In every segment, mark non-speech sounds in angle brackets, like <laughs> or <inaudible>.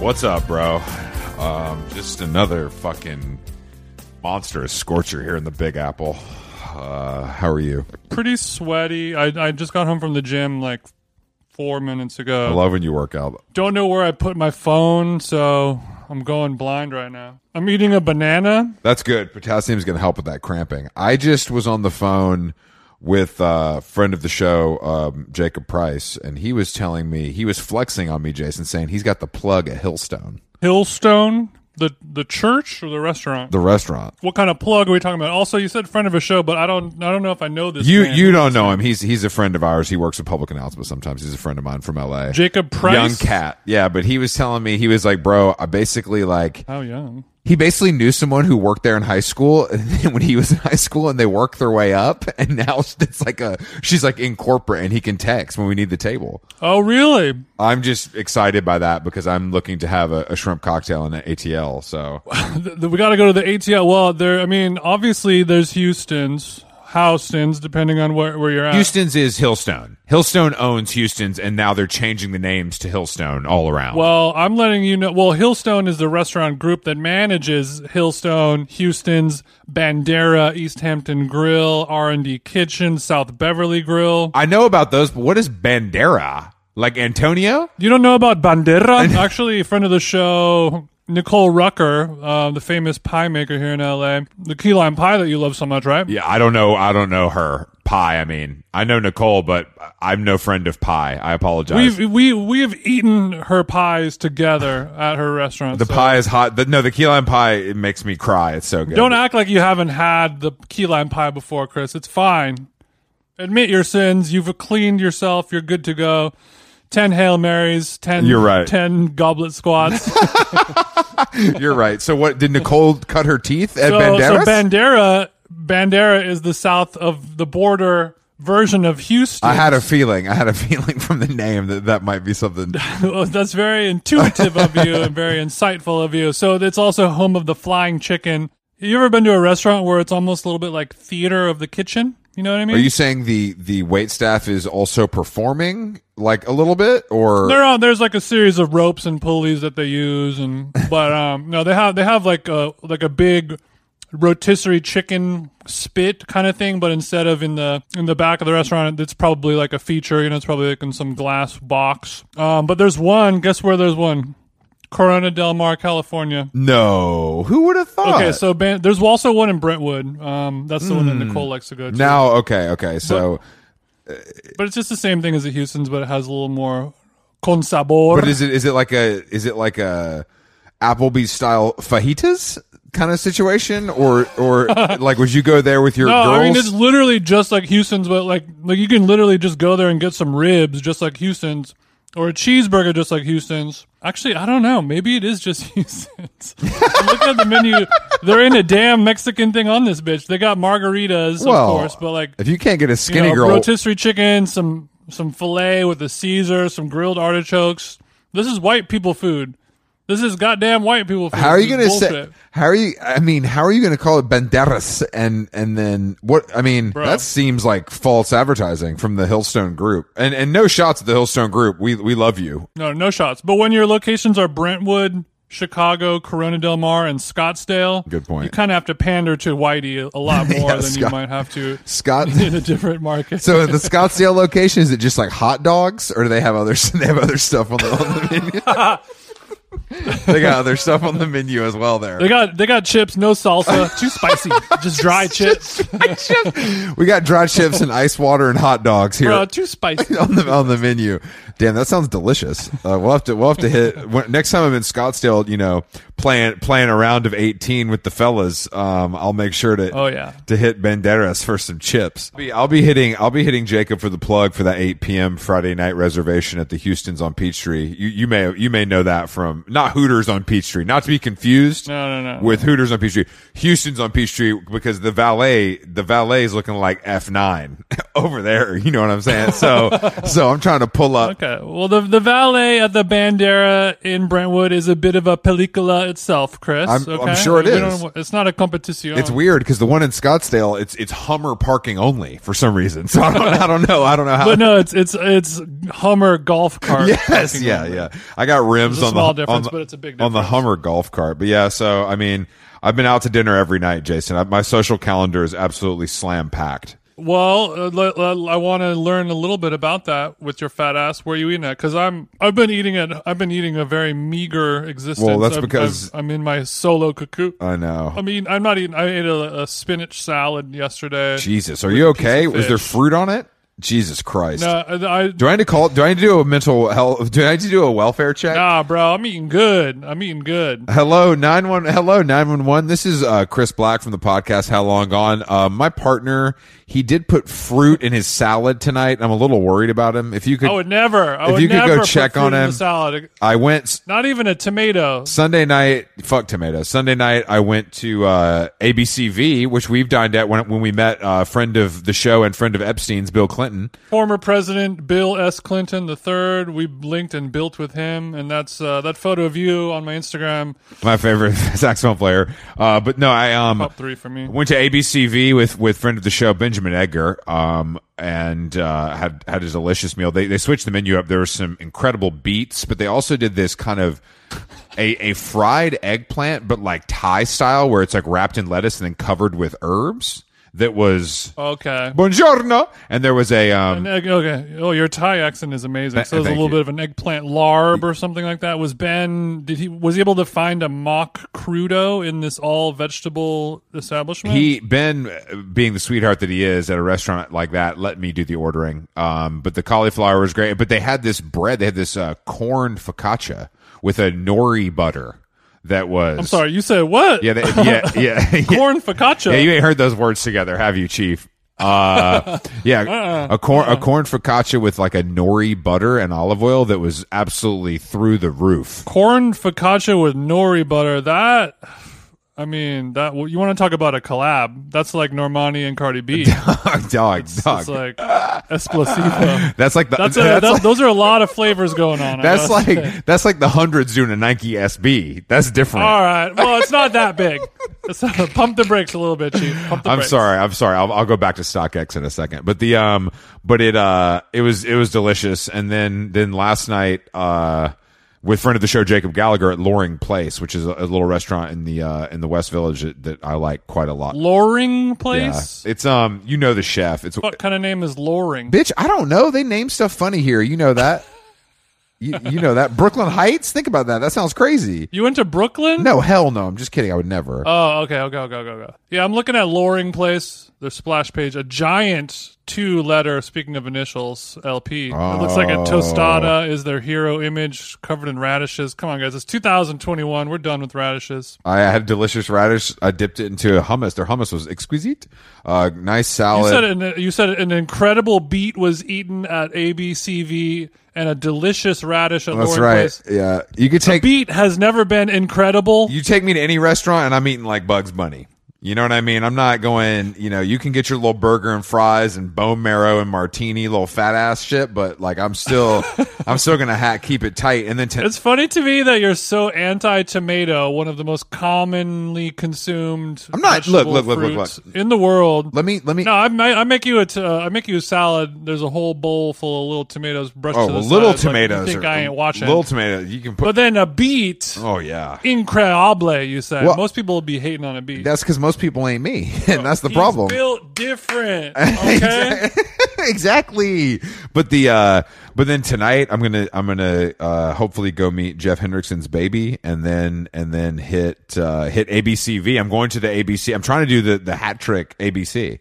What's up, bro? Um, just another fucking monstrous scorcher here in the Big Apple. Uh, how are you? Pretty sweaty. I, I just got home from the gym like four minutes ago. I love when you work out. Don't know where I put my phone, so I'm going blind right now. I'm eating a banana. That's good. Potassium's going to help with that cramping. I just was on the phone with uh, friend of the show, um, Jacob Price, and he was telling me he was flexing on me, Jason, saying he's got the plug at Hillstone, Hillstone, the the church or the restaurant? the restaurant. what kind of plug are we talking about? Also, you said friend of a show, but I don't I don't know if I know this. You man. you don't know him. He's he's a friend of ours. He works at public announcement sometimes. He's a friend of mine from L.A. Jacob Price, Young cat, yeah, but he was telling me he was like, bro, I basically like How young? he basically knew someone who worked there in high school <laughs> and then when he was in high school and they worked their way up <laughs> and now it's like a she's like in corporate and he can text when we need the table Oh, really? i'm just excited by that because i'm looking to have a, a shrimp cocktail and an atl so Th- th- we got to go to the ATL. Well, there. I mean, obviously, there's Houston's, Houston's, depending on where where you're at. houston's is hillstone hillstone owns houston's and now they're changing the names to hillstone all around Well, I'm letting you know. Well, Hillstone is the restaurant group that manages Hillstone, Houston's, Bandera, East Hampton Grill, R&D Kitchen, South Beverly Grill. i know about those but what is bandera like antonio You don't know about Bandera? Actually, a friend of the show, Nicole Rucker, uh, the famous pie maker here in LA, the key lime pie that you love so much, right? Yeah, I don't know. I don't know her pie. I mean, I know Nicole, but I'm no friend of pie. I apologize. We've we we have eaten her pies together at her restaurant. the so pie is hot. The, no, the key lime pie it makes me cry. It's so good. Don't act like you haven't had the key lime pie before, Chris. It's fine. Admit your sins. You've cleaned yourself. You're good to go. Ten hail marys. Ten. You're right. Ten goblet squats. You're right. So what? Did Nicole cut her teeth at so, Banderas? so Bandera Bandera is the south of the border version of Houston. I had a feeling. I had a <laughs> feeling from the name that that might be something. <laughs> Well, That's very intuitive of you and very insightful of you. So it's also home of the flying chicken. You ever been to a restaurant where it's almost a little bit like theater of the kitchen? You know what I mean? Are you saying the the wait staff is also performing like a little bit, or They're on. There's like a series of ropes and pulleys that they use, and but um, no, they have they have like a like a big rotisserie chicken spit kind of thing, but instead of in the in the back of the restaurant, it's probably like a feature. You know, it's probably like in some glass box. Um, but there's one. Guess where there's one? Corona Del Mar, California. no? Who would have thought? Okay, so ban- there's also one in Brentwood. Um, that's the one that Nicole likes to go to. Hmm. now, okay, okay. So, but it's just the same thing as the Houston's, but it has a little more con sabor. but is it is it like a is it like a Applebee's style fajitas kind of situation, or <laughs> or like would you go there with your no, girls? I mean it's literally just like Houston's, but like like you can literally just go there and get some ribs, just like Houston's, or a cheeseburger, just like Houston's. Actually, I don't know. Maybe it is just <laughs> Houston's. I'm looking at the menu, they're in a damn Mexican thing on this bitch. They got margaritas, Well, of course, but like if you can't get a you skinny know, girl, rotisserie chicken, some some fillet with a Caesar, some grilled artichokes. This is white people food. This is goddamn white people. Food. How are you going This to is say? bullshit. How are you? I mean, how are you going to call it banderas and and then what? I mean, Bro. that seems like false advertising from the Hillstone Group. And and no shots at the Hillstone Group. We we love you. No, no shots. But when your locations are Brentwood, Chicago, Corona Del Mar, and Scottsdale, Good point. You kind of have to pander to whitey <laughs> a lot more Yeah, than you Scott- might have to Scott. in a different market. so at the Scottsdale location, is it just like hot dogs, or do they have other <laughs> they have other stuff on the, on the menu? <laughs> they got other stuff on the menu as well. There, they got they got chips, <laughs> no salsa, too spicy, just dry chips. we got dry chips and ice water and hot dogs here. Bro, too <laughs> spicy. on the on the menu. Damn, that sounds delicious. Uh, we'll have to we'll have to hit <laughs> when, next time I'm in Scottsdale. You know, playing playing a round of eighteen with the fellas. Um, I'll make sure to Oh, yeah. to hit Banderas for some chips. I'll be, I'll be hitting I'll be hitting Jacob for the plug for that eight p.m. Friday night reservation at the Houston's on Peachtree. You you may you may know that from not Hooters on Peachtree, not to be confused. No, no, no. With Hooters on Peachtree, Houston's on Peachtree because the valet, the valet is looking like F nine <laughs> over there. You know what I'm saying? <laughs> So, so I'm trying to pull up. Okay. Well, the the valet at the Bandera in Brentwood is a bit of a película itself, Chris. I'm- I'm okay? sure it We is. don't- It's not a competition. It's weird because the one in Scottsdale, it's it's Hummer parking only for some reason. So I don't, I don't know, I don't know how. <laughs> But no, it's it's it's Hummer golf cart. yes, parking yeah, lot. yeah. I got rims There's a on small the difference, on the, but it's a big on the difference. Hummer golf cart. But yeah, so I mean, I've been out to dinner every night, Jason. I, my social calendar is absolutely slam packed. Well, uh, l- l- I want to learn a little bit about that with your fat ass. Where you eating at? Because I'm I've been eating at I've been eating a very meager existence. Well, that's I've- because- Uh, I've- I'm in my solo cuckoo. I know. I mean, I'm not eating. I ate a, a spinach salad yesterday. Jesus, are you okay? Was there fish. fruit on it? Jesus Christ. No, I, I Do I need to call? Do I need to do a mental health? Do I need to do a welfare check? nah, bro. I'm eating good. I'm eating good. Hello nine one. Hello nine one one. This is uh, Chris Black from the podcast How Long Gone. Uh, my partner, he did put fruit in his salad tonight. I'm a little worried about him. If you could, I would never. I If would you could go never put check fruit on in the him. salad. I went s- Not even a tomato. Sunday night. Fuck tomatoes. Sunday night, I went to uh, ABCV, which we've dined at when when we met uh, friend of the show and friend of Epstein's, Bill Clinton. Former President Bill S. Clinton III. We linked and built with him, and that's uh, that photo of you on my Instagram. my favorite <laughs> saxophone player. Uh, but no, I um Top three for me. went to ABCV with with friend of the show Benjamin Edgar. Um, and uh, had had a delicious meal. They they switched the menu up. There were some incredible beets, but they also did this kind of. A, a fried eggplant, but like Thai style, where it's like wrapped in lettuce and then covered with herbs. That was Okay. buongiorno, and there was a um, An egg, okay. Oh, your Thai accent is amazing. So there's a thank little you. bit of an eggplant larb or something like that. Was Ben? Did he? Was he able to find a mock crudo in this all vegetable establishment? He Ben, uh, being the sweetheart that he is, at a restaurant like that, let me do the ordering. Um, but the cauliflower was great. But they had this bread. They had this uh, corn focaccia with a nori butter that was. I'm sorry. You said what? Yeah, they, <laughs> yeah, yeah, <laughs> yeah. Corn focaccia. Yeah, you ain't heard those words together, have you, Chief? <laughs> Uh, yeah, Uh-uh. a corn a corn focaccia with like a nori butter and olive oil that was absolutely through the roof. <laughs> corn focaccia with nori butter. That, I mean, that you want to talk about a collab? That's like Normani and <laughs> Cardi B. dog, dog. It's like <laughs> Esplosivo. that's like the That's, a, that's that- like- those are a lot of flavors going on. I That's gotta say. like that's like the hundreds doing a Nike SB. That's different. all right. Well, it's not that big. It's not, pump the brakes a little bit, chief. Pump the I'm brakes. sorry. I'm sorry. I'll, I'll go back to StockX in a second. But the um, but it uh, it was it was delicious. And then then last night uh, with friend of the show Jacob Gallagher at Loring Place, which is a, a little restaurant in the uh in the West Village that, that I like quite a lot. Loring Yeah. place. It's um, you know the chef. It's what kind of name is Loring? bitch. I don't know. They name stuff funny here. You know that. you, you know that Brooklyn Heights. Think about that. That sounds crazy. You went to Brooklyn? No, hell no. I'm just kidding. I would never. Oh, okay. Okay. Okay. Okay. okay. Yeah, I'm looking at Loring Place. Their splash page, a giant two-letter. Speaking of initials, LP. It looks like a Oh. tostada is their hero image, covered in radishes. Come on, guys. It's 2021. We're done with radishes. I had delicious radish. I dipped it into a hummus. Their hummus was exquisite. Uh, nice You salad. said an, you said an incredible beet was eaten at ABCV and a delicious radish at That's Loring right. Place. Yeah, you could take Beet has never been incredible. you take me to any restaurant, and I'm eating like Bugs Bunny. You know what I mean? I'm not going, you know, you can get your little burger and fries and bone marrow and martini, little fat ass shit, but like I'm <laughs> still I'm still gonna ha- keep it tight and then ten- It's funny to me that you're so anti tomato, one of the most commonly consumed. I'm not- look, vegetable look, look, look, fruits in the world. let me let me no, I, ma- I make you a t- uh, I make you a salad. There's a whole bowl full of little tomatoes brushed Oh to the well, little side, like, you tomatoes think are- I ain't watching? Little tomatoes you can put but then a beet, Oh yeah. incredible. You said Well- most people will be hating on a beet. That's because most people ain't me, <laughs> and that's the problem. He's <laughs> built different. Okay. exactly. But the uh but then tonight I'm gonna I'm gonna uh hopefully go meet Jeff Hendrickson's baby and then and then hit uh hit ABCV. I'm going to the ABC. I'm trying to do the the hat trick ABC.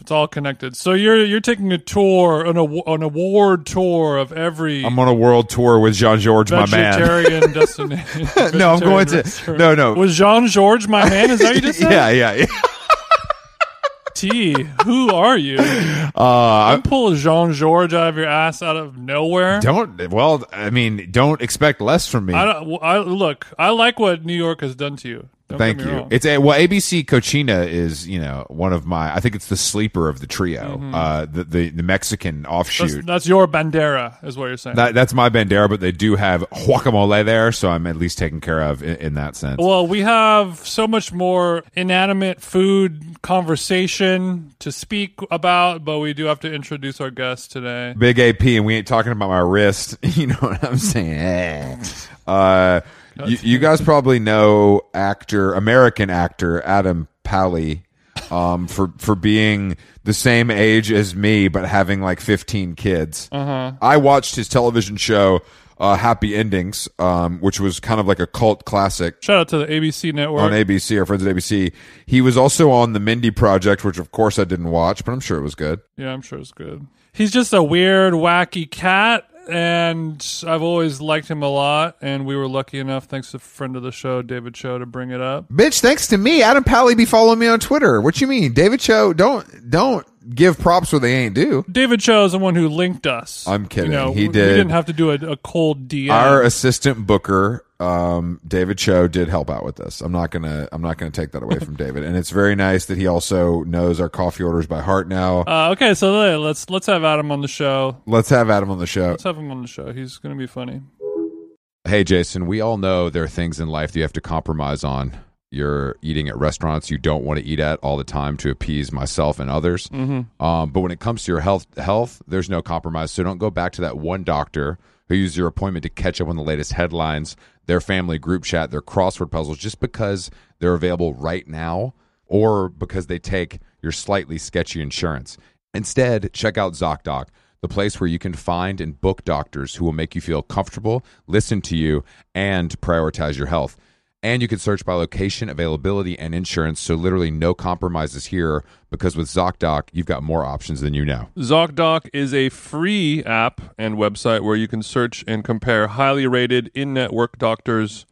It's all connected. So you're you're taking a tour, an, aw- an award tour of every I'm on a world tour with Jean George, my man. vegetarian destination. <laughs> No, I'm going to- vegetarian no, no. Was Jean George my man? Is that what you just <laughs> said? Yeah, yeah, yeah. T. Who are you? Uh, I'm pulling Jean George out of your ass out of nowhere. Don't well, I mean, don't expect less from me. I, don't, well, I look. I like what New York has done to you. Don't Thank get me you. wrong. It's a well ABC Cochina is you know one of my I think it's the sleeper of the trio. Uh, the, the the Mexican offshoot. Mm-hmm. That's, that's your bandera, is what you're saying. That, that's my bandera, but they do have guacamole there, so I'm at least taken care of in, in that sense. Well, we have so much more inanimate food conversation to speak about, but we do have to introduce our guest today. Big AP, and we ain't talking about my wrist. <laughs> You know what I'm saying? Uh, you, you guys probably know actor, American actor Adam Pally, um, for for being the same age as me but having like 15 kids. Uh-huh. I watched his television show. Uh, Happy Endings, um, which was kind of like a cult classic. Shout out to the ABC network. on ABC, our friends at ABC. He was also on the Mindy Project, which of course I didn't watch, but I'm sure it was good. yeah, I'm sure it's good. He's just a weird, wacky cat, and I've always liked him a lot. And we were lucky enough, thanks to a friend of the show, David Cho, to bring it up. Bitch, thanks to me, Adam Pally be following me on Twitter. What you mean, David Cho? Don't don't give props where they ain't due. David Cho is the one who linked us. I'm kidding. You know, He we- did. We didn't have to do a, a cold DM. Our assistant booker, um, David Cho, did help out with this. I'm not gonna I'm not gonna take that away from David. And it's very nice that he also knows our coffee orders by heart now. uh, okay, so let's let's have Adam on the show. Let's have Adam on the show. Let's have him on the show. He's going to be funny. Hey, Jason, we all know there are things in life that you have to compromise on. You're eating at restaurants you don't want to eat at all the time to appease myself and others. Um, but when it comes to your health, health, there's no compromise. So don't go back to that one doctor who used your appointment to catch up on the latest headlines, their family group chat, their crossword puzzles, just because they're available right now or because they take your slightly sketchy insurance. Instead, check out ZocDoc, the place where you can find and book doctors who will make you feel comfortable, listen to you, and prioritize your health. And you can search by location, availability, and insurance, so literally no compromises here because with ZocDoc, you've got more options than you know. ZocDoc is a free app and website where you can search and compare highly rated in network doctors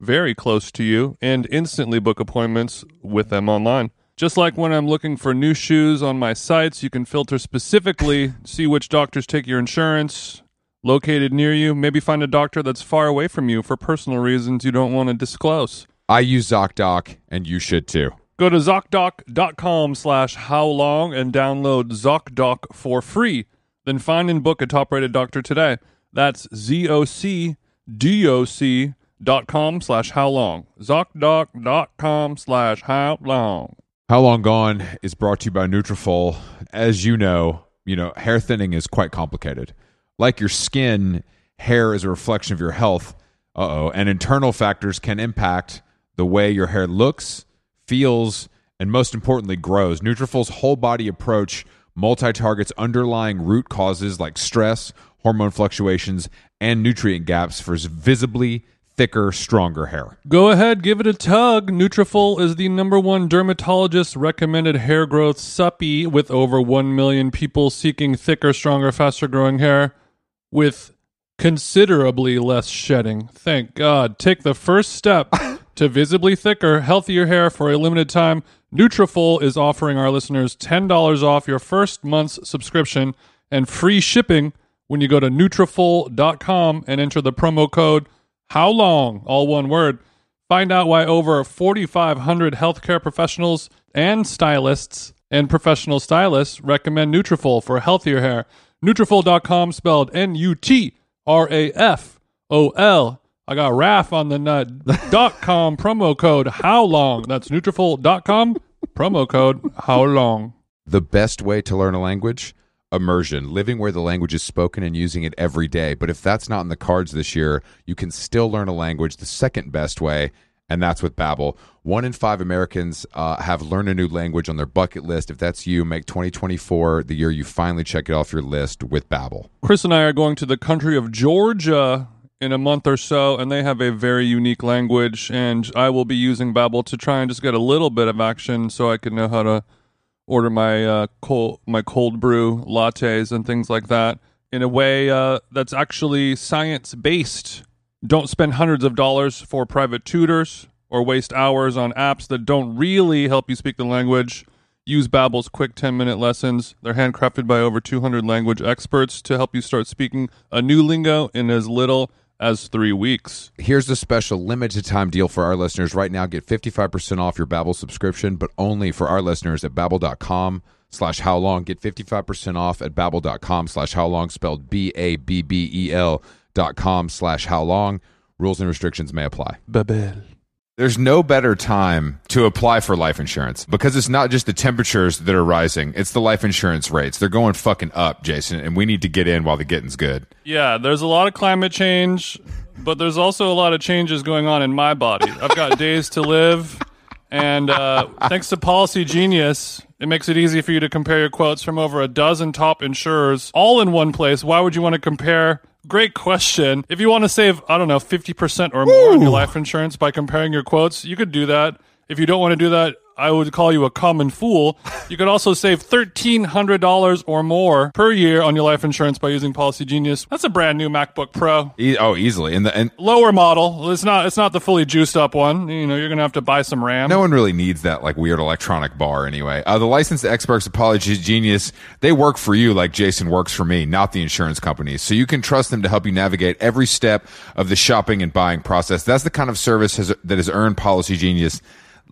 very close to you and instantly book appointments with them online. Just like when I'm looking for new shoes on my sites, you can filter specifically, see which doctors take your insurance, located near you, maybe find a doctor that's far away from you for personal reasons you don't want to disclose. I use ZocDoc, and you should too. Go to ZocDoc.com slash how long and download ZocDoc for free. Then find and book a top rated doctor today. That's Z-O-C-D-O-C dot com slash how long. ZocDoc.com slash how long. How Long Gone is brought to you by Nutrafol. As you know, you know hair thinning is quite complicated. Like your skin, hair is a reflection of your health. Uh oh, and internal factors can impact the way your hair looks, feels, and most importantly, grows. Nutrafol's whole body approach multi-targets underlying root causes like stress, hormone fluctuations, and nutrient gaps for visibly thicker, stronger hair. Go ahead, give it a tug. Nutrafol is the number one dermatologist recommended hair growth suppy with over 1 million people seeking thicker, stronger, faster growing hair with considerably less shedding. Thank God. Take the first step to visibly thicker, healthier hair for a limited time. Nutrafol is offering our listeners $10 off your first month's subscription and free shipping when you go to Nutrafol.com and enter the promo code how long? All one word. Find out why over 4,500 healthcare professionals and stylists and professional stylists recommend Nutrafol for healthier hair. Nutrafol.com spelled N-U-T-R-A-F-O-L. I got RAF on the nut. dot com promo code how long. That's Nutrafol.com promo code how long. The best way to learn a language? Immersion, living where the language is spoken and using it every day. But if that's not in the cards this year, you can still learn a language the second best way, and that's with Babbel. One in five Americans uh, have learned a new language on their bucket list. If that's you, make 2024 the year you finally check it off your list with Babbel. Chris and I are going to the country of Georgia in a month or so, and they have a very unique language. And I will be using Babbel to try and just get a little bit of action, so I can know how to order my uh, cold my cold brew lattes and things like that in a way uh, that's actually science based. Don't spend hundreds of dollars for private tutors or waste hours on apps that don't really help you speak the language. Use Babbel's quick 10-minute lessons. They're handcrafted by over 200 language experts to help you start speaking a new lingo in as little as 3 weeks. Here's the special limited time deal for our listeners right now. Get 55% off your Babbel subscription, but only for our listeners at babbel.com slash how long. Get 55% off at babbel.com slash how long, spelled B-A-B-B-E-L E dot com slash how long. Rules and restrictions may apply. Babel. There's no better time to apply for life insurance because it's not just the temperatures that are rising, it's the life insurance rates. They're going fucking up, Jason, and we need to get in while the getting's good. Yeah, there's a lot of climate change, but there's also a lot of changes going on in my body. I've got days to live, and uh, thanks to Policy Genius, it makes it easy for you to compare your quotes from over a dozen top insurers all in one place. Why would you want to compare? Great question. If you want to save, I don't know, 50% or more on your life insurance by comparing your quotes, you could do that. If you don't want to do that, I would call you a common fool. You could also save $1,300 or more per year on your life insurance by using Policy Genius. That's a brand new MacBook Pro. E- oh, easily. And, the, and Lower model. It's not, it's not the fully juiced up one. You know, you're going to have to buy some RAM. No one really needs that like weird electronic bar anyway. Uh, the licensed experts at Apology Genius, they work for you like Jason works for me, not the insurance companies. So you can trust them to help you navigate every step of the shopping and buying process. That's the kind of service has, that has earned Policy Genius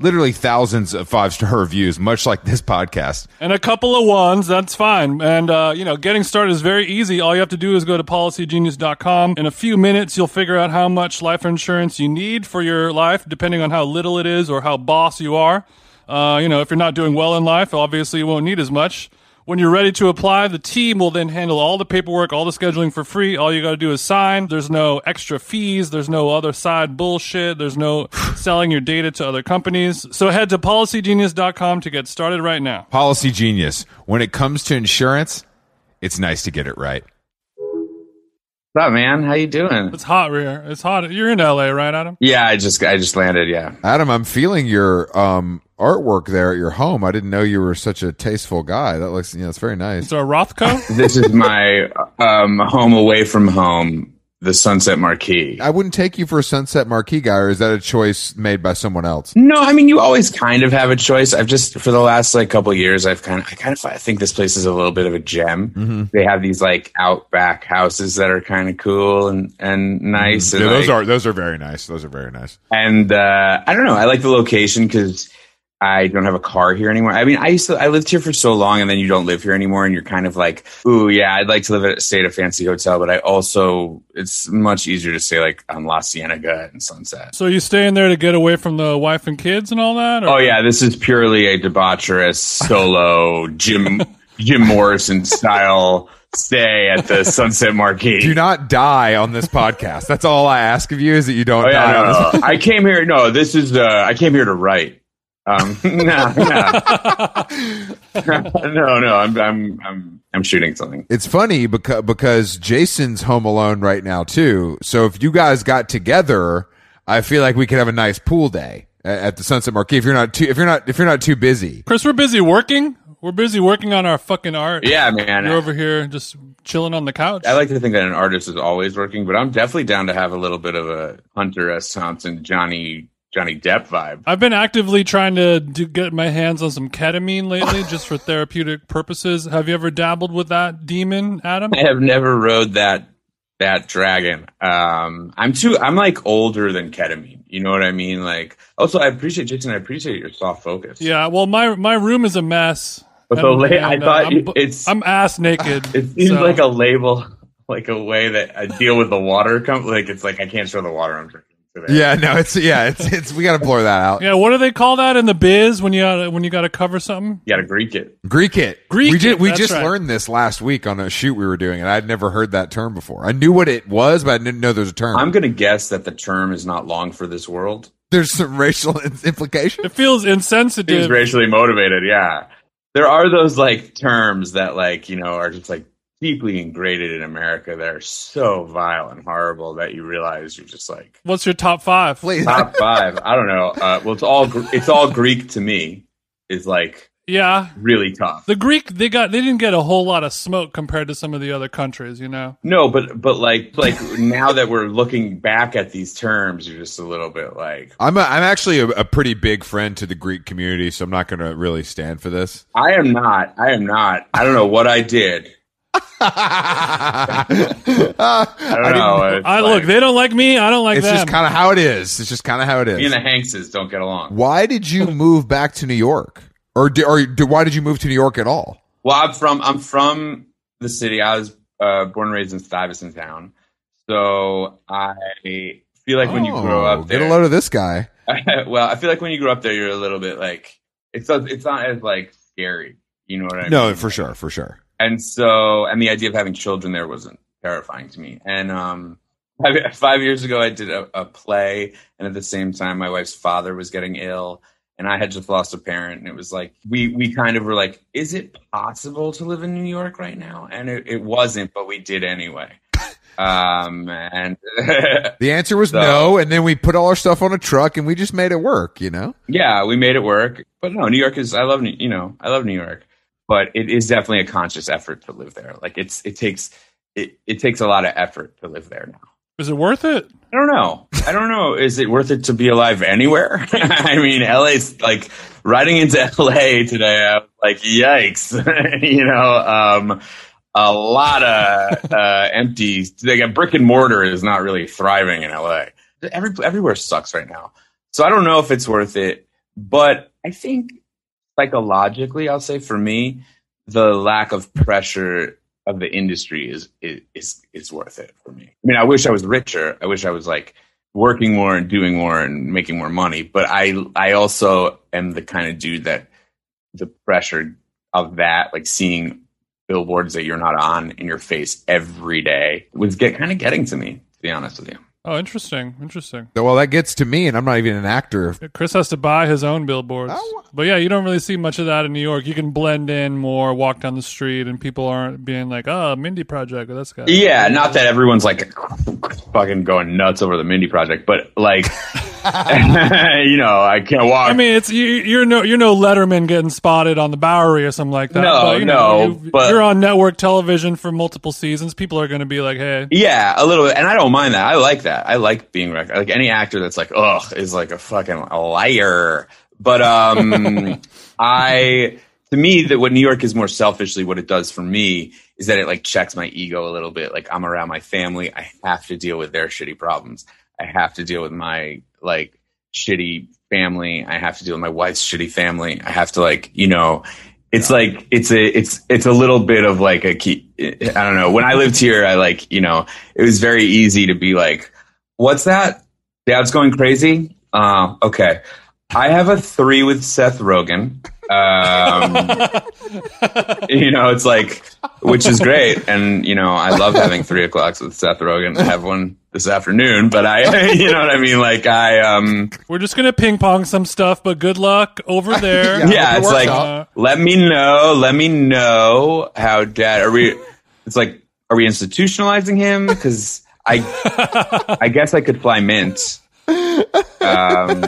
literally thousands of five star <laughs> reviews, much like this podcast. and a couple of ones that's fine and uh, you know getting started is very easy all you have to do is go to policygenius.com in a few minutes you'll figure out how much life insurance you need for your life depending on how little it is or how boss you are uh, you know if you're not doing well in life obviously you won't need as much when you're ready to apply, the team will then handle all the paperwork, all the scheduling for free. All you got to do is sign. There's no extra fees. There's no other side bullshit. There's no selling your data to other companies. So head to policygenius.com to get started right now. Policy Genius. When it comes to insurance, it's nice to get it right. What's up, man? How you doing? It's hot rear. It's hot. You're in LA, right, Adam? Yeah, I just I just landed. Yeah, Adam, I'm feeling your um, artwork there at your home. I didn't know you were such a tasteful guy. That looks, you know, it's very nice. It's a Rothko. this is my <laughs> um, home away from home, the Sunset Marquee. I wouldn't take you for a Sunset Marquee guy, or is that a choice made by someone else? No, I mean you always kind of have a choice. I've just for the last like couple years, I've kind of I kind of I think this place is a little bit of a gem. Mm-hmm. They have these like outback houses that are kind of cool and and nice. and, like, are Mm-hmm. those are very nice. Those are very nice. and uh, I don't know. I like the location because I don't have a car here anymore. I mean, I used to I lived here for so long, and then you don't live here anymore, and you're kind of like, ooh, yeah, I'd like to live at stay at a fancy hotel, but I also it's much easier to stay like on La Cienega and Sunset. so you staying there to get away from the wife and kids and all that? Or? Oh yeah, this is purely a debaucherous solo Jim Jim Morrison style stay at the Sunset Marquee. Do not die on this podcast. That's all I ask of you is that you don't Oh, yeah, die on no, this <laughs> no, no. I came here. No, this is. Uh, I came here to write. Um, <laughs> no, no, <laughs> <laughs> no, no. I'm, I'm, I'm, I'm shooting something. It's funny because because Jason's home alone right now too. So if you guys got together, I feel like we could have a nice pool day a- at the Sunset Marquee. If you're not too if you're not if you're not too busy, Chris, we're busy working. We're busy working on our fucking art. Yeah, man. You're over here just chilling on the couch. I like to think that an artist is always working, but I'm definitely down to have a little bit of a Hunter S. Thompson, Johnny, Johnny Depp vibe. I've been actively trying to do, get my hands on some ketamine <laughs> lately, just for therapeutic purposes. Have you ever dabbled with that demon, Adam? I have never rode that that dragon. Um, I'm too. I'm like older than ketamine. You know what I mean? Like, also, I appreciate Jason. I appreciate your soft focus. Yeah. Well, my my room is a mess. But the And- la- I and, uh, thought I'm, bu- it's I'm ass naked. <laughs> it seems so- like a label, like a way that I deal with the water. Com- like it's like I can't show the water I'm drinking today. Yeah, no, it's yeah, it's it's we got to blur that out. yeah. What do they call that in the biz when you gotta, when you got to cover something? you got to Greek it. Greek it. Greek we ju- it, we that's just right. learned this last week on a shoot we were doing, and I'd never heard that term before. I knew what it was, but I didn't know there's a term. I'm gonna guess that the term is not long for this world. there's some racial <laughs> in- implication. It feels Seems insensitive. racially motivated. Yeah, there are those like terms that like you know are just like deeply ingrained in America that are so vile and horrible that you realize you're just like What's your top five? Please. top five. I don't know. Uh, well, it's all Gr- it's all Greek to me. Is like Yeah. really tough. The Greek they got they didn't get a whole lot of smoke compared to some of the other countries. You know. No, but but like like now that we're looking back at these terms, you're just a little bit like I'm a, I'm actually a, a pretty big friend to the Greek community, so I'm not going to really stand for <laughs> this. <laughs> I am not. I am not. I don't know what I did. I I don't didn't- know. It's I like, look. They don't like me. I don't like it's them. just kind of how it is. It's just kind of how it Me and is. the Hankses don't get along. Why did you move back to New York, or di- or di- why did you move to New York at all? Well, I'm from I'm from the city. I was uh, born and raised in Stuyvesant Town, so I feel like when you grow Oh, up, there, get a load of this guy. <laughs> well, I feel like when you grow up there, you're a little bit like it's not, it's not as like scary. You know what I mean? No, for sure, for sure. And so, and the idea of having children there wasn't terrifying to me. And um, five, <laughs> five years ago, I did a, a play, and at the same time, my wife's father was getting ill, and I had just lost a parent, and it was like we we kind of were like, is it possible to live in New York right now? And it, it wasn't, but we did anyway. um, and <laughs> The answer was So- no, and then we put all our stuff on a truck and we just made it work. You know, Yeah, we made it work. But no, New York is I love New- you know, I love New York, but it is definitely a conscious effort to live there. Like it's it takes it, it takes a lot of effort to live there now. Is it worth it? I don't know. I don't know. Is it worth it to be alive anywhere? <laughs> I mean, LA's like riding into <laughs> LA today. I was like, yikes! <laughs> you know, um, a lot of uh, empty. Like a brick and mortar is not really thriving in LA. Every everywhere sucks right now. So I don't know if it's worth it, but I think psychologically, I'll say for me, the lack of pressure of the industry is is is, is worth it for me. I mean, I wish I was richer. I wish I was like working more and doing more and making more money. But I I also am the kind of dude that the pressure of that, like seeing billboards that you're not on in your face every day, was get kind of getting to me. To be honest with you, Oh, interesting. Interesting. well that gets to me, and I'm not even an actor. Chris has to buy his own billboards. Oh. But yeah, you don't really see much of that in New York. You can blend in more, walk down the street, and people aren't being like, oh, Mindy Project or this guy. yeah. Not that everyone's like fucking going nuts over the Mindy project, but like, <laughs> you know, I can't walk. I mean, it's you, you're no you're no Letterman getting spotted on the Bowery or something like that. No, but, you no, you, but- you're on network television for multiple seasons. People are going to be like, "Hey, Yeah, a little bit, and I don't mind that. I like that. I like being rec- like any actor that's like, ugh, is like a fucking liar. But um, I to me that what New York is more selfishly what it does for me is that it like checks my ego a little bit. Like I'm around my family, I have to deal with their shitty problems. I have to deal with my like shitty family. I have to deal with my wife's shitty family. I have to like you know. It's like it's a it's it's a little bit of like a key. I don't know. When I lived here, I like you know it was very easy to be like, "What's that? Dad's going crazy." Uh, okay, I have a three with Seth Rogen. Um, you know, it's like, which is great. And, you know, I love having three o'clocks with Seth Rogen. I have one this afternoon, but I, <laughs> you know what I mean? Like, I, um, we're just going to ping pong some stuff, but good luck over there." uh, Yeah, yeah, open it's like, workshop. let me know, let me know how dad, are we, it's like, are we institutionalizing him? Cause I, I guess I could <laughs> fly mint. Um,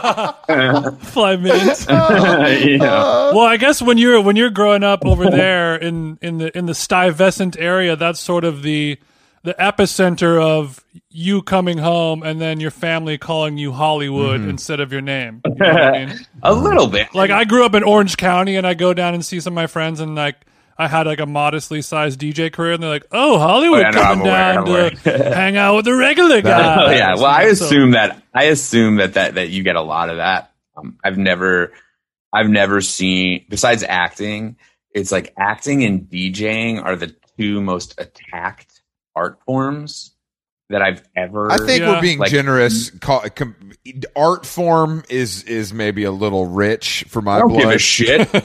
Fly minutes. you know. well, I guess when you're when you're growing up over there in in the in the Stuyvesant area, that's sort of the the epicenter of you coming home and then your family calling you Hollywood Mm-hmm. instead of your <laughs> name. You know what I mean? a little bit. Like I grew up in Orange County and I go down and see some of my friends and like I had like a modestly sized DJ career, and they're like, "Oh, Hollywood Oh, yeah, no, coming I'm down <laughs> aware, <laughs> I'm to hang out with the regular guys." <laughs> Oh, yeah. Well, I So- assume that I assume that that that you get a lot of that. Um, I've never, I've never seen besides acting. It's like acting and DJing are the two most attacked art forms that I've ever. I think Yeah. we're being Like- generous. Call, com, art form is is maybe a little rich for my I don't blood. give a shit. I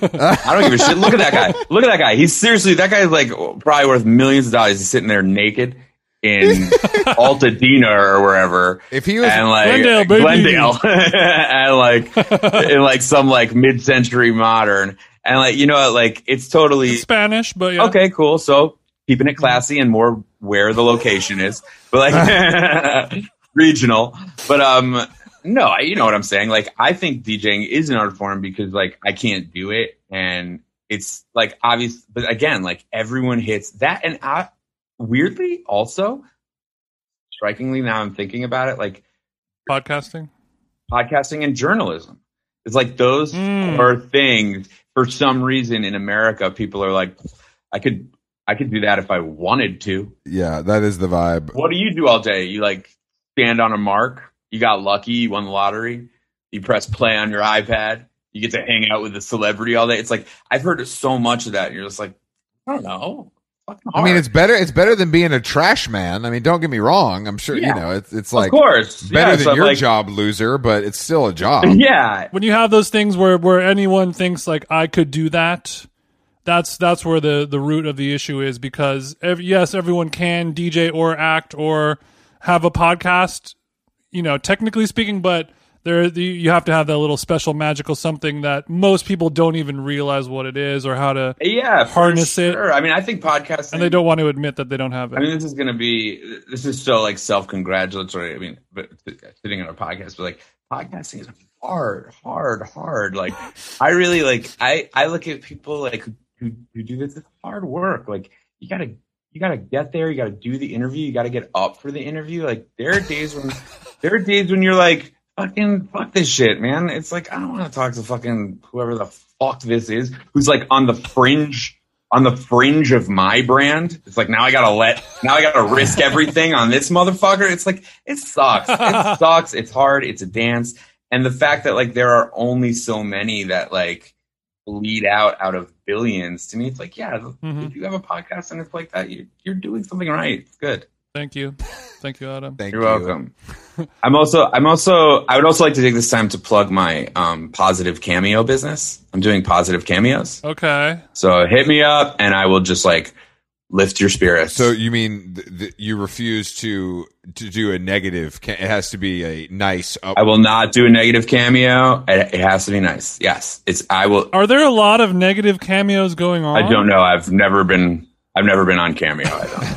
don't give a shit. Look at that guy. Look at that guy. He's seriously that guy's like probably worth millions of dollars. He's sitting there naked in Altadena or wherever. if he was, and like Glendale, baby. Glendale. <laughs> and like in like some like mid-century modern, and like you know what, like it's totally It's Spanish, but yeah. okay, cool. So keeping it classy and more where the location is, but like <laughs> regional. But um, no, I, you know what I'm saying. Like I think DJing is an art form because like I can't do it, and it's like obvious. But again, like everyone hits that, and I weirdly also strikingly now I'm thinking about it, like podcasting. podcasting and journalism. It's like those Hmm. Mm. are things for some reason in America people are like I could I could do that if I wanted to. yeah, that is the vibe. What do you do all day? You like stand on a mark, you got lucky, you won the lottery, you press play on your iPad, you get to hang out with a celebrity all day. It's like I've heard so much of that. and You're just like, I don't know. Fucking I mean, hard. it's better. It's better than being a trash man. I mean, don't get me wrong. I'm sure you Yeah. know it's it's of like course better Yeah, than so I'm your like- job, loser, but it's still a job. <laughs> Yeah, When you have those things where where anyone thinks like I could do that, that's that's where the the root of the issue is because ev- yes, everyone can DJ or act or have a podcast, you know, technically speaking, but there you- you have to have that little special magical something that most people don't even realize what it is or how to yeah, for Harness it. sure. I mean, I think podcasting and they don't want to admit that they don't have I it. mean, this is going to be this is so like self congratulatory. I mean, but sitting on a podcast, but like podcasting is hard, hard, hard. Like I really like I I look at people like who, who do this it's hard work. Like you gotta you gotta get there. You gotta do the interview. You gotta get up for the interview. Like there are days when there are days when you're like fucking fuck this shit, man. It's like I don't want to talk to fucking whoever the fuck this is who's like on the fringe on the fringe of my brand. It's like now I gotta let now I gotta risk everything on this motherfucker. It's like it sucks. It sucks. It's hard. It's a dance. And the fact that like there are only so many that like lead out out of billions to me, it's like yeah, Mhm. if you have a podcast and it's like that, you, you're doing something right. It's good. Thank you, thank you, Adam. Thank You're you. welcome. I'm also I'm also I would also like to take this time to plug my um, positive cameo business. I'm doing positive cameos. Okay, So hit me up and I will just like lift your spirits. So you mean th- th- you refuse to to do a negative? Ca- It has to be a nice. Up- I will not do a negative cameo. It, it has to be nice. Yes. It's I will are there a lot of negative cameos going on? I don't know. I've never been I've never been on cameo. I don't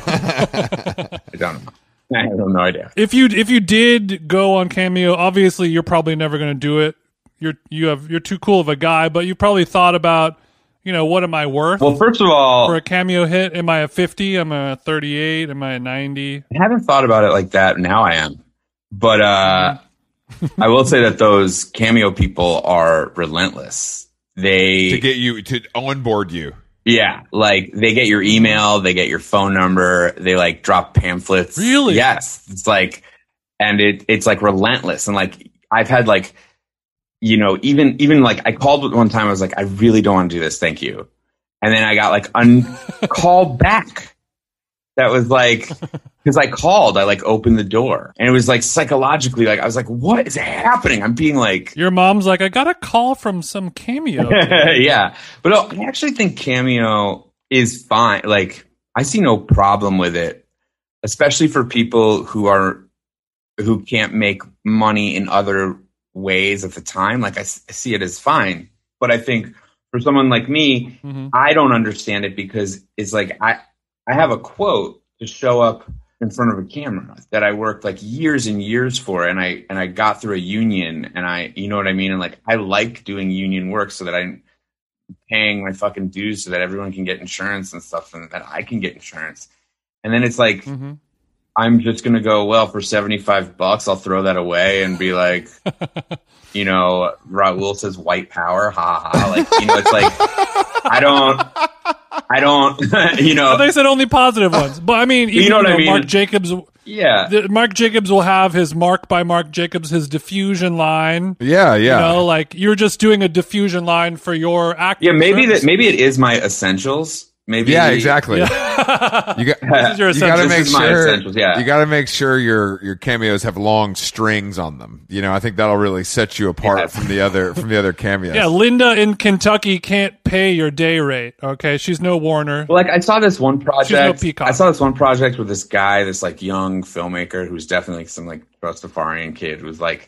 know. I don't know. I have no idea. if you if you did go on cameo obviously you're probably never going to do it you're you have you're too cool of a guy but you probably thought about you know what am i worth Well, first of all, for a cameo hit am i a 50 am i a 38 am i a 90 I haven't thought about it like that. Now I am. But uh, Mm-hmm. I will say that those cameo people are relentless. They to get you to onboard you. Yeah, like they get your email, they get your phone number, they like drop pamphlets. Really? Yes. It's like and it it's like relentless and like I've had like you know, even even like I called one time I was like I really don't want to do this. Thank you. And then I got like un call back. That was like cuz I called, I like opened the door. And it was like psychologically like I was like what is happening? I'm being like your mom's like i got a call from some <laughs> cameo yeah. But no, I actually think Cameo is fine. Like, I see no problem with it, especially for people who are who can't make money in other ways at the time. Like, I s- I see it as fine. But I think for someone like me, Mhm. I don't understand it because it's like I I have a quote to show up in front of a camera that I worked like years and years for and I and I got through a union and I you know what I mean and like I like doing union work so that I'm paying my fucking dues so that everyone can get insurance and stuff and that I can get insurance. And then it's <laughs> like Mhm. I'm just gonna go well for seventy five bucks. I'll throw that away and be like, you know, Raul says white power, ha ha. Like you know, it's like I don't. I don't, <laughs> you know, They said only positive ones, but I mean, even, know what I though Mark mean. Jacobs. yeah. the- Mark Jacobs will have his Mark by Mark Jacobs, his diffusion line. Yeah, yeah. You know, like you're just doing a diffusion line for your act. Yeah, maybe that. Maybe it is my essentials. Maybe yeah, exactly. Yeah. <laughs> You <laughs> got This is your you gotta essentials. make This is my sure essentials, yeah. you gotta make sure your your cameos have long strings on them. You know, I think that'll really set you apart Yeah. from the other from the other cameos. yeah, Linda in Kentucky can't pay your day rate. Okay, she's no Warner. Well, like I saw this one project. peacock. I saw this one project with this guy, this like young filmmaker who's definitely like, some like Rastafarian kid who's like,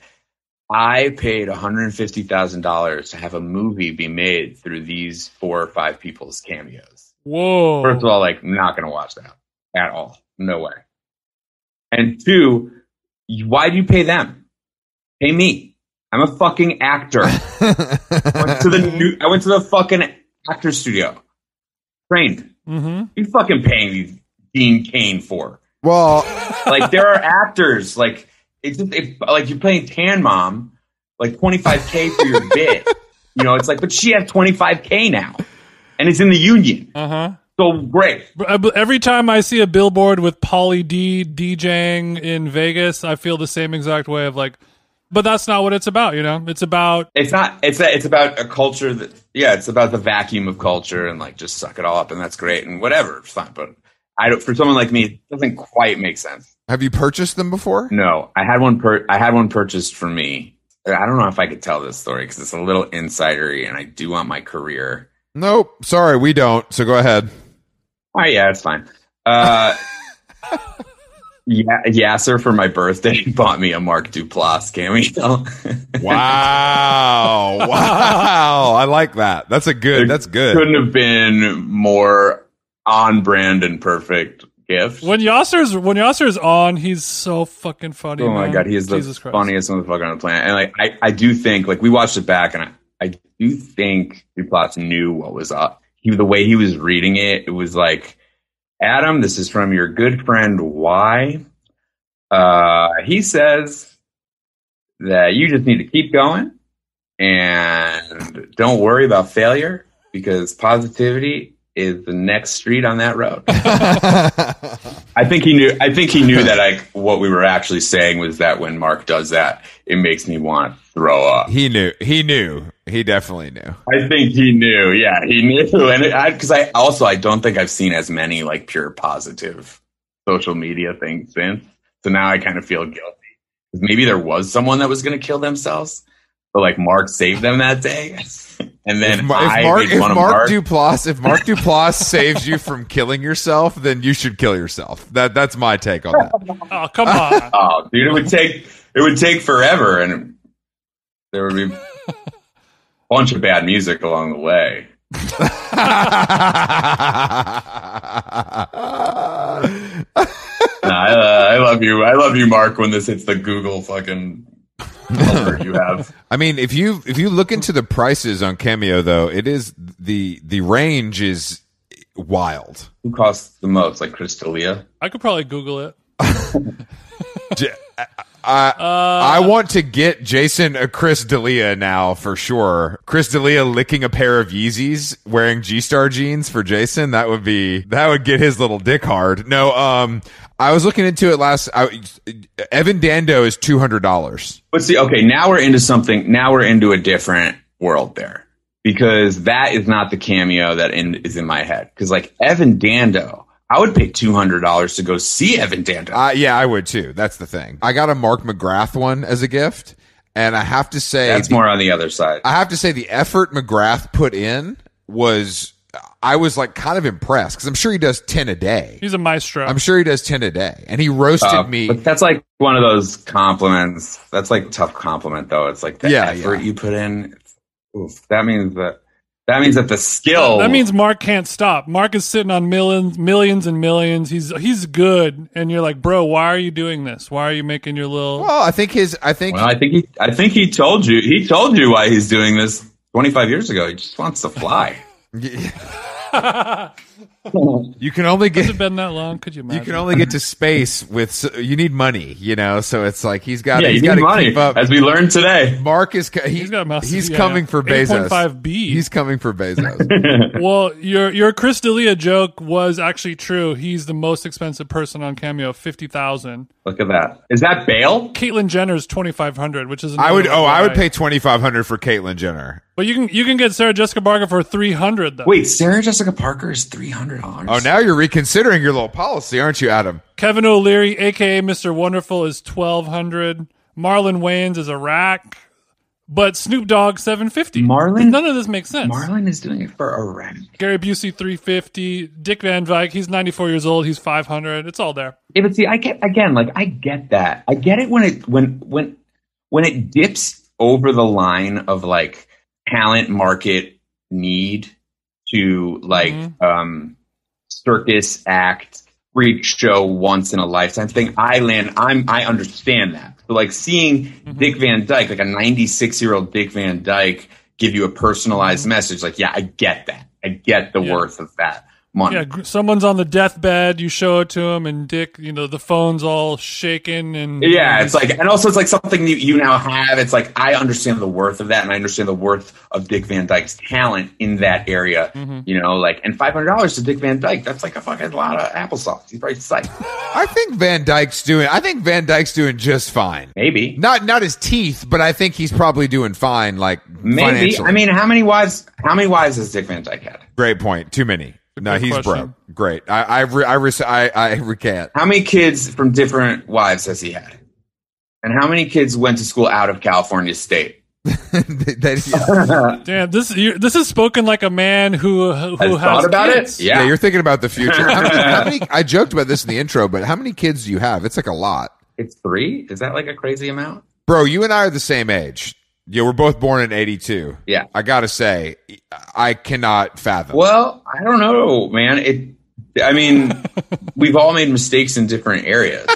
I paid one hundred fifty thousand dollars to have a movie be made through these four or five people's cameos. Whoa. First of all, like not gonna watch that at all. No way. And two, why do you pay them? Pay me. I'm a fucking actor. I went to the new, I went to the fucking actor studio, trained hmm you fucking paying these Dean Kane for? <laughs> well, Like there are actors like it's just, it, like you're playing Tan Mom, like 25k for your bit. You know, it's like, but she has 25k now, and it's in the union. Uh huh. So great. But- uh, but Every time I see a billboard with Polly D DJing in Vegas, I feel the same exact way of like, but that's not what it's about, you know? It's about, It's not. It's that. It's about a culture that. Yeah, it's about the vacuum of culture and like just suck it all up, and that's great and whatever. It's fine, but I don't. For someone like me, it doesn't quite make sense. have you purchased them before? No, I had one. Per- I had one purchased for me. I don't know if I could tell this story because it's a little insidery, and I do want my career. Nope. Sorry, we don't. So go ahead. Oh yeah, it's fine. Uh, yeah, Yasser for my birthday <laughs> bought me a Mark Duplass cameo. <laughs> Wow. <laughs> wow. <laughs> I like that. That's a good. That's good. Couldn't have been more on brand and perfect gift. when Yasser's, when Yasser's on, he's so fucking funny. Oh my man. god, he is the Jesus Christ. funniest motherfucker on the planet. And like, I, I do think like we watched it back, and I, I do think Duplass knew what was up. He the way he was reading it, it was like, Adam, this is from your good friend Y. Uh, he says that you just need to keep going and don't worry about failure because positivity is the next street on that road. I think he knew. I think he knew that. Like what we were actually saying was that when Mark does that, it makes me want to throw <laughs> up. he knew. He knew. He definitely knew. I think he knew. Yeah, he knew. <laughs> And because I, also I don't think I've seen as many like pure positive social media things since. So now I kind of feel guilty. Maybe there was someone that was going to kill themselves, but like Mark saved them that day. <laughs> And then If, Mar- I if Mark, made if fun Mark, of Mark. Duplass, if <laughs> Mark Duplass saves you from killing yourself, then you should kill yourself. That that's my take on that. Oh, come on. oh, dude, it would take it would take forever, and there would be a bunch of bad music along the way. No, I, uh, I love you. I love you, Mark. When this hits the Google fucking folder you have, <laughs> I mean, if you if you look into the prices on Cameo, though, it is the the range is wild. who costs the most? Like Crystalia. I could probably Google it. J- I- I- Uh, I want to get Jason a Chris D'Elia now for sure. Chris D'Elia licking a pair of Yeezys, wearing G Star jeans for Jason. That would be that would get his little dick hard. No, um, I was looking into it last. I, Evan Dando is two hundred dollars. But see, okay, now we're into something. Now we're into a different world there because that is not the cameo that in, is in my head. Because like Evan Dando, I would pay two hundred dollars to go see Evan Dando. Uh, yeah, I would too. That's the thing. I got a Mark McGrath one as a gift, and I have to say That's the- more on the other side. I have to say the effort McGrath put in was I was like kind of impressed because I'm sure he does ten a day. he's a maestro. I'm sure he does ten a day, and he roasted Uh, me. But that's like one of those compliments. That's like tough compliment though. It's like the Yeah, effort yeah. you put in. Oof, that means that that means that the skill. that means Mark can't stop. Mark is sitting on millions, millions and millions. He's he's good, and you're like, bro, why are you doing this? Why are you making your little? Well, I think his. I think Well, I think he. I think he <laughs> told <laughs> you. He told you why he's doing this 25 years ago. He just wants to fly. You can only <laughs> Has get it been that long? Could you imagine? you can only get to space with so you need money, you know. So it's like he's got yeah, you he's need got to money, keep up. as we learned today. Mark is co- he, He's got a mouse. he's yeah, coming yeah. for Bezos. 8.5B. He's coming for <laughs> Bezos. well, your your Chris D'Elia joke was actually true. He's the most expensive person on Cameo, fifty thousand. Look at that. Is that bail? Caitlyn Jenner's twenty five hundred, which is I would oh I would pay pay. twenty five hundred for Caitlyn Jenner. But you can you can get Sarah Jessica Parker for three hundred though. Wait, Sarah Jessica Parker is three hundred dollars. Oh, now you're reconsidering your little policy, aren't you, Adam? Kevin O'Leary, aka Mr. Wonderful, is twelve hundred. Marlon Wayans is a rack, but Snoop Dogg seven fifty. Marlon- none of this makes sense. Marlon is doing it for a rent. Gary Busey three fifty. Dick Van Dyke, he's ninety four years old. He's five hundred. It's all there. Yeah, but see, I get again, like I get that. I get it when it when when when it dips over the line of like talent market need to like um circus act freak show once in a lifetime thing. I land I'm I understand that. But like seeing Dick Van Dyke, like a ninety six year old Dick Van Dyke give you a personalized message, like, yeah, I get that. I get the Yeah. worth of that money. Yeah, gr- someone's on the deathbed. You show it to him, and Dick, you know, the phone's all shaken and Yeah, it's like, and also it's like something that you now have. It's like I understand the worth of that, and I understand the worth of Dick Van Dyke's talent in that area. You know, like, and five hundred dollars to Dick Van Dyke, that's like a fucking lot of applesauce. He's probably psyched. I think Van Dyke's doing. I think Van Dyke's doing just fine. Maybe, Not not his teeth, but I think he's probably doing fine. Like maybe. financially. I mean, how many wives? How many wives has Dick Van Dyke had? great point. Too many. No, good he's question. broke. Great. I I re, I, re, I I recant. How many kids from different wives has he had? And how many kids went to school out of California State? <laughs> <laughs> That- Damn, this you this is spoken like a man who who Have you has thought about kids. it? yeah. Yeah. you're thinking about the future. How many, how <laughs> many? I joked about this in the intro, but how many kids do you have? It's like a lot, it's three. Is that like a crazy amount? bro. You and I are the same age. Yeah, we're both born in '82. Yeah. I gotta say, I cannot fathom. Well, I don't know, man. It. I mean, we've all made mistakes in different areas.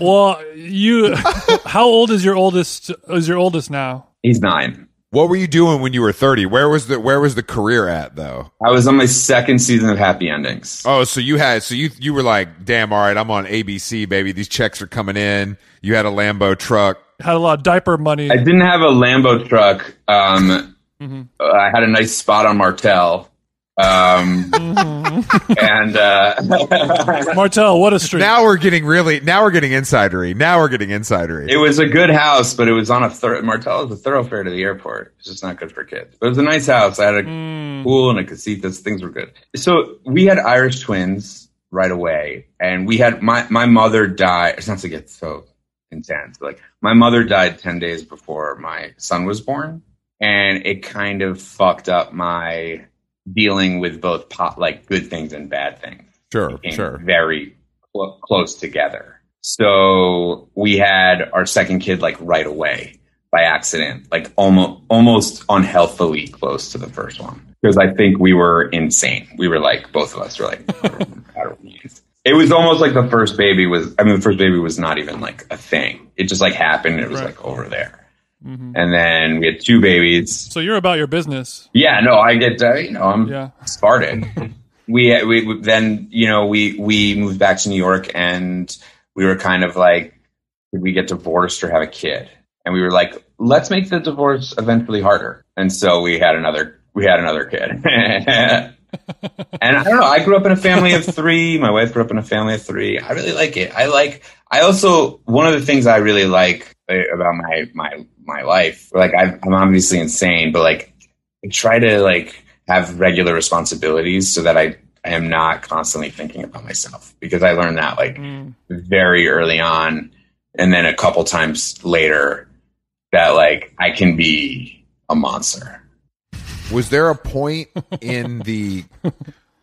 Well, you, <laughs> how old is your oldest? Is your oldest now? He's nine. What were you doing when you were 30? Where was the Where was the career at though? I was on my second season of Happy Endings. Oh, so you had so you you were like, damn, all right, I'm on ABC, baby. These checks are coming in. You had a Lambo truck. Had a lot of diaper money. I didn't have a Lambo truck. Um, Mhm. I had a nice spot on Martel. Um, <laughs> and uh, <laughs> Martel, what a street! Now we're getting really now we're getting insidery. Now we're getting insidery. it was a good house, but it was on a thor- Martel is a thoroughfare to the airport. It's just not good for kids. But it was a nice house. I had a Mm, pool and a casitas. Things were good. So we had Irish twins right away, and we had my my mother died. It's not to get so intense. But like my mother died ten days before my son was born, and it kind of fucked up my dealing with both pot like good things and bad things sure, became sure. very cl- close together. So we had our second kid like right away by accident, like almost almost unhealthily close to the first one because I think we were insane. We were like both of us were like. <laughs> I don't remember how to raise. It was almost like the first baby was. I mean, the first baby was not even like a thing. It just like happened. and It was Right. like over there, Mhm. and then we had two babies. So you're about your business. Yeah, no, I get. Uh, you know, I'm Yeah. Spartan. we, we then you know we we moved back to New York and we were kind of like, did we get divorced or have a kid? And we were like, let's make the divorce eventually harder. And so we had another we had another kid. <laughs> and I don't know. I grew up in a family of three. <laughs> My wife grew up in a family of three. I really like it. I like. I also one of the things I really like eh, about my my my life. Like I've, I'm obviously insane, but like I try to like have regular responsibilities so that I, I am not constantly thinking about myself because I learned that like Mm. very early on and then a couple times later that like I can be a monster. Was there a point in the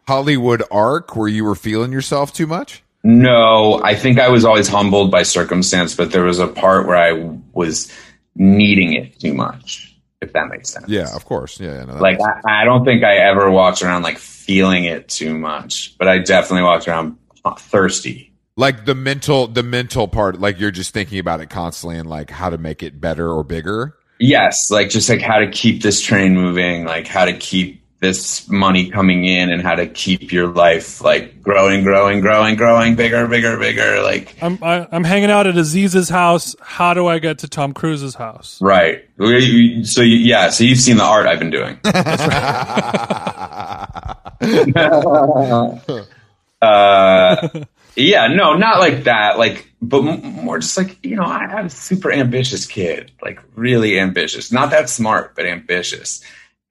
Hollywood arc where you were feeling yourself too much? No, I think I was always humbled by circumstance, but there was a part where I was needing it too much, if that makes sense. Yeah, of course. Yeah, yeah, no, that Like makes- I, I don't think I ever walked around like feeling it too much, but I definitely walked around thirsty like the mental the mental part. Like you're just thinking about it constantly and like how to make it better or bigger. <laughs> yes, like just like how to keep this train moving, like how to keep this money coming in and how to keep your life like growing, growing, growing, growing, bigger, bigger, bigger. Like I'm I, I'm hanging out at Aziz's house. How do I get to Tom Cruise's house? right. We- So you- yeah, so you've seen the art I've been doing. <laughs> uh, yeah, no, not like that. Like, but m- more just like you know, I have a super ambitious kid, like really ambitious, not that smart, but ambitious,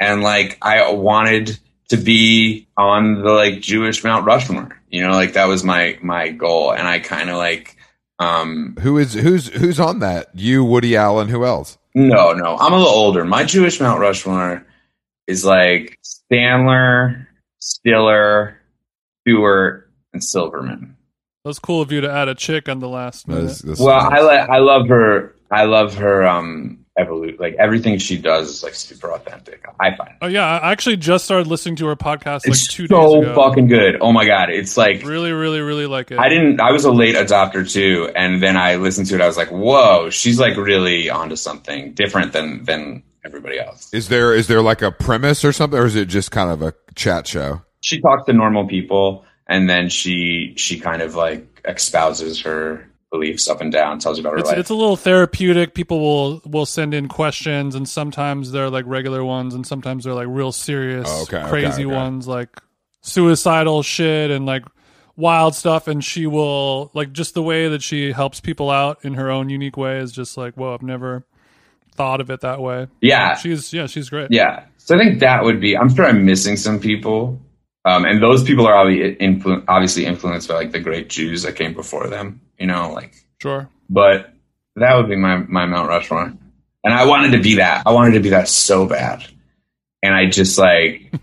and like I wanted to be on the like Jewish Mount Rushmore. You know, like that was my my goal, and I kind of like. Um, Who is who's who's on that? You, Woody Allen, who else? no, no, I'm a little older. My Jewish Mount Rushmore is like Stanler, Stiller, Stewart, and Silverman. That's cool of you to add a chick on the last minute. That's- that's- Well, I like I love her. I love her. Um, evolute like everything she does is like super authentic. I find Oh yeah, I actually just started listening to her podcast like it's two days so ago. fucking good. Oh my god, it's like Really, really, really like it. I didn't. I was a late adopter too, and then I listened to it. I was like, whoa, she's like really onto something different than than everybody else. is there is there like a premise or something, or is it just kind of a chat show? She talks to normal people, and then she she kind of like espouses her beliefs up and down, tells you about her It's, life. it's a little therapeutic. People will will send in questions, and sometimes they're like regular ones, and sometimes they're like real serious, Oh, okay, okay, crazy okay. ones, like suicidal shit and like wild stuff. And she will like just the way that she helps people out in her own unique way is just like, whoa, I've never thought of it that way. yeah, She's yeah, she's great. Yeah. So I think that would be. I'm sure I'm missing some people, um, and those people are obviously, influ- obviously influenced by like the great Jews that came before them. You know, like. Sure. But that would be my my Mount Rushmore, and I wanted to be that. I wanted to be that so bad, and I <laughs> just like,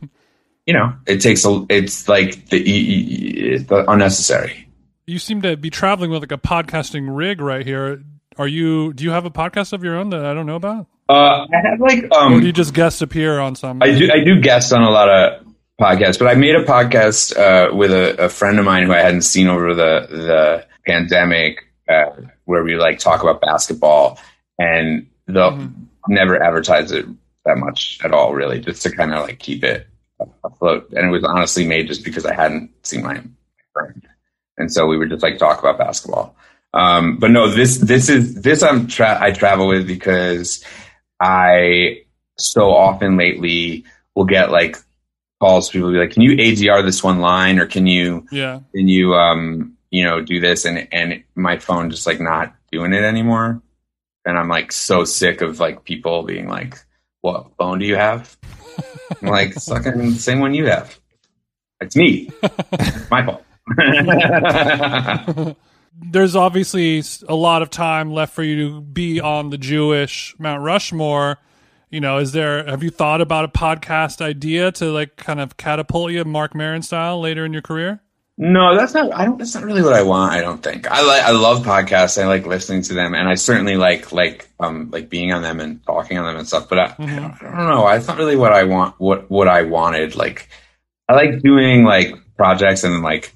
you know, it takes a. It's like the, e- e- the unnecessary. You seem to be traveling with like a podcasting rig right here. Are you? Do you have a podcast of your own that I don't know about? Uh, I had like Or um. do you just guest appear on some? I do I do guest on a lot of podcasts, but I made a podcast uh, with a, a friend of mine who I hadn't seen over the the pandemic, uh, where we like talk about basketball and the Mhm. never advertise it that much at all, really, just to kind of like keep it afloat. And it was honestly made just because I hadn't seen my friend, and so we would just like talk about basketball. Um, but no, this this is this I'm tra- I travel with because I so often lately will get like calls. People will be like, "Can you ADR this one line?" or "Can you yeah. can you um you know do this?" and and my phone just like not doing it anymore. And I'm like so sick of like people being like, "What phone do you have?" I'm like, "Sucking the same one you have." It's me. It's my fault. there's obviously s- a lot of time left for you to be on the Jewish Mount Rushmore. You know, is there? Have you thought about a podcast idea to like kind of catapult you, Mark Maron style, later in your career? No, that's not. I don't. That's not really what I want. I don't think. I like. I love podcasts. I like listening to them, and I certainly like like um like being on them and talking on them and stuff. But I, I, don't, I don't know. That's not really what I want. What what I wanted. Like, I like doing like projects and then like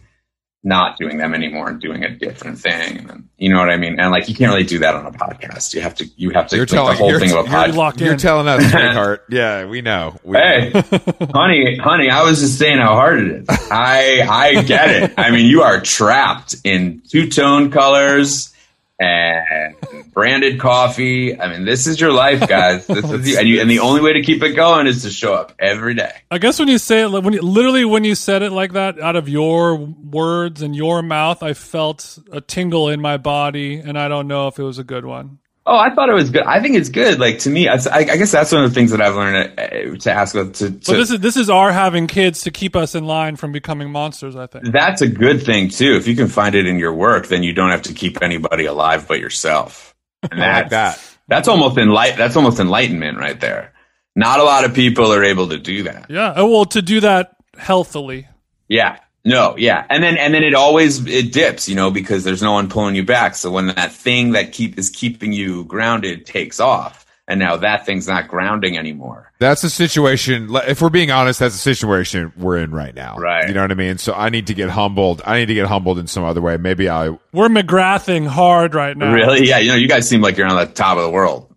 not doing them anymore and doing a different thing. And then, you know what I mean? And like, you can't really do that on a podcast. You have to. You have to You're make the telling- whole you're- thing of you're a You're podcast. locked You're in. telling <laughs> us, sweetheart. yeah, we know. We Hey, honey, honey, I was just saying how hard it is. I I get it. I mean, you are trapped in two tone colors and branded coffee. I mean, this is your life, guys. This is you, and, you, and the only way to keep it going is to show up every day. I guess when you say it, when you, literally when you said it like that, out of your words and your mouth, I felt a tingle in my body, and I don't know if it was a good one. Oh, I thought it was good. I think it's good. Like to me, I, I I guess that's one of the things that I've learned uh, to ask about. To, But to- this is this is our having kids to keep us in line from becoming monsters. I think. that's a good thing too. If you can find it in your work, then you don't have to keep anybody alive but yourself. <laughs> And I like that. That's almost enlight. That's almost enlightenment right there. Not a lot of people are able to do that. Yeah. Oh, Well, to do that healthily. Yeah. No. Yeah. And then and then it always it dips, you know, because there's no one pulling you back. So when that thing that keep is keeping you grounded takes off, and now that thing's not grounding anymore. That's the situation. le- If we're being honest, that's the situation we're in right now. Right. You know what I mean? So I need to get humbled. I need to get humbled in some other way. Maybe I. We're McGrathing hard right now. Really? Yeah. You know, you guys seem like you're on the top of the world.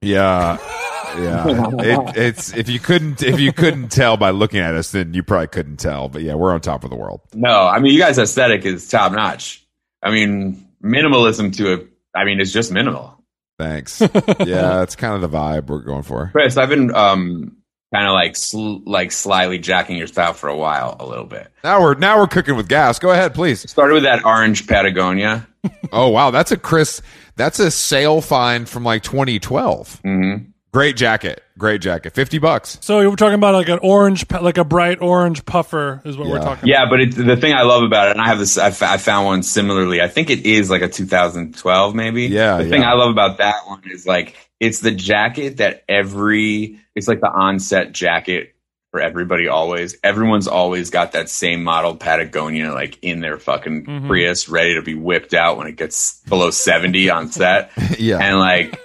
Yeah. <laughs> Yeah. It, it's if you couldn't if you couldn't tell by looking at us, then you probably couldn't tell. But yeah, we're on top of the world. No, I mean you guys' aesthetic is top notch. I mean minimalism to a, I mean it's just minimal. Thanks. <laughs> yeah, it's kind of the vibe we're going for. Chris, I've been um kind of like sl- like slyly jacking your style for a while, a little bit. Now we're now we're cooking with gas. Go ahead, please. Started with that orange Patagonia. Oh wow, that's a Chris. That's a sale find from like 2012. Mm-hmm. Great jacket. Great jacket. 50 bucks. <laughs> So we're talking about like an orange, pu- like a bright orange puffer, is what we're Yeah. talking. Yeah, but it, the thing I love about it, and I have this, I, f- I found one similarly. I think it is like a 2012, maybe. Yeah, The thing yeah. I love about that one is like it's the jacket that every, it's like the onset jacket for everybody. Always, everyone's always got that same model Patagonia, like in their fucking Mm-hmm. Mhm. Prius, ready to be whipped out when it gets below 70 <laughs> on set. yeah. And like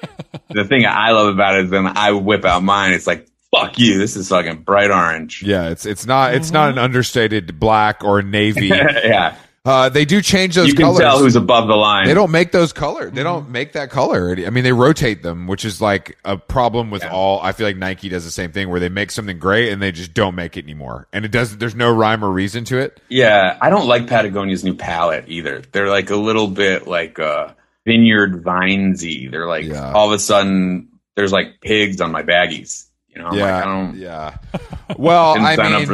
the thing I love about it is when I whip out mine, it's like fuck you, this is fucking bright orange. Yeah, it's it's not it's not Mm-hmm. an understated black or <laughs> navy. yeah. uh, they do change those you can colors. tell who's Mm-hmm. above the line. they don't make those color. They don't make that color. I mean, they rotate them, which is like a problem with all. I feel like Nike does the same thing where they make something great and they just don't make it anymore. And it doesn't. There's no rhyme or reason to it. yeah, I don't like Patagonia's new palette either. They're like a little bit like uh, vineyard vinesy. They're like Yeah. all of a sudden there's like pigs on my baggies. You know, I'm yeah, like, I don't yeah. Well, didn't I sign mean, up for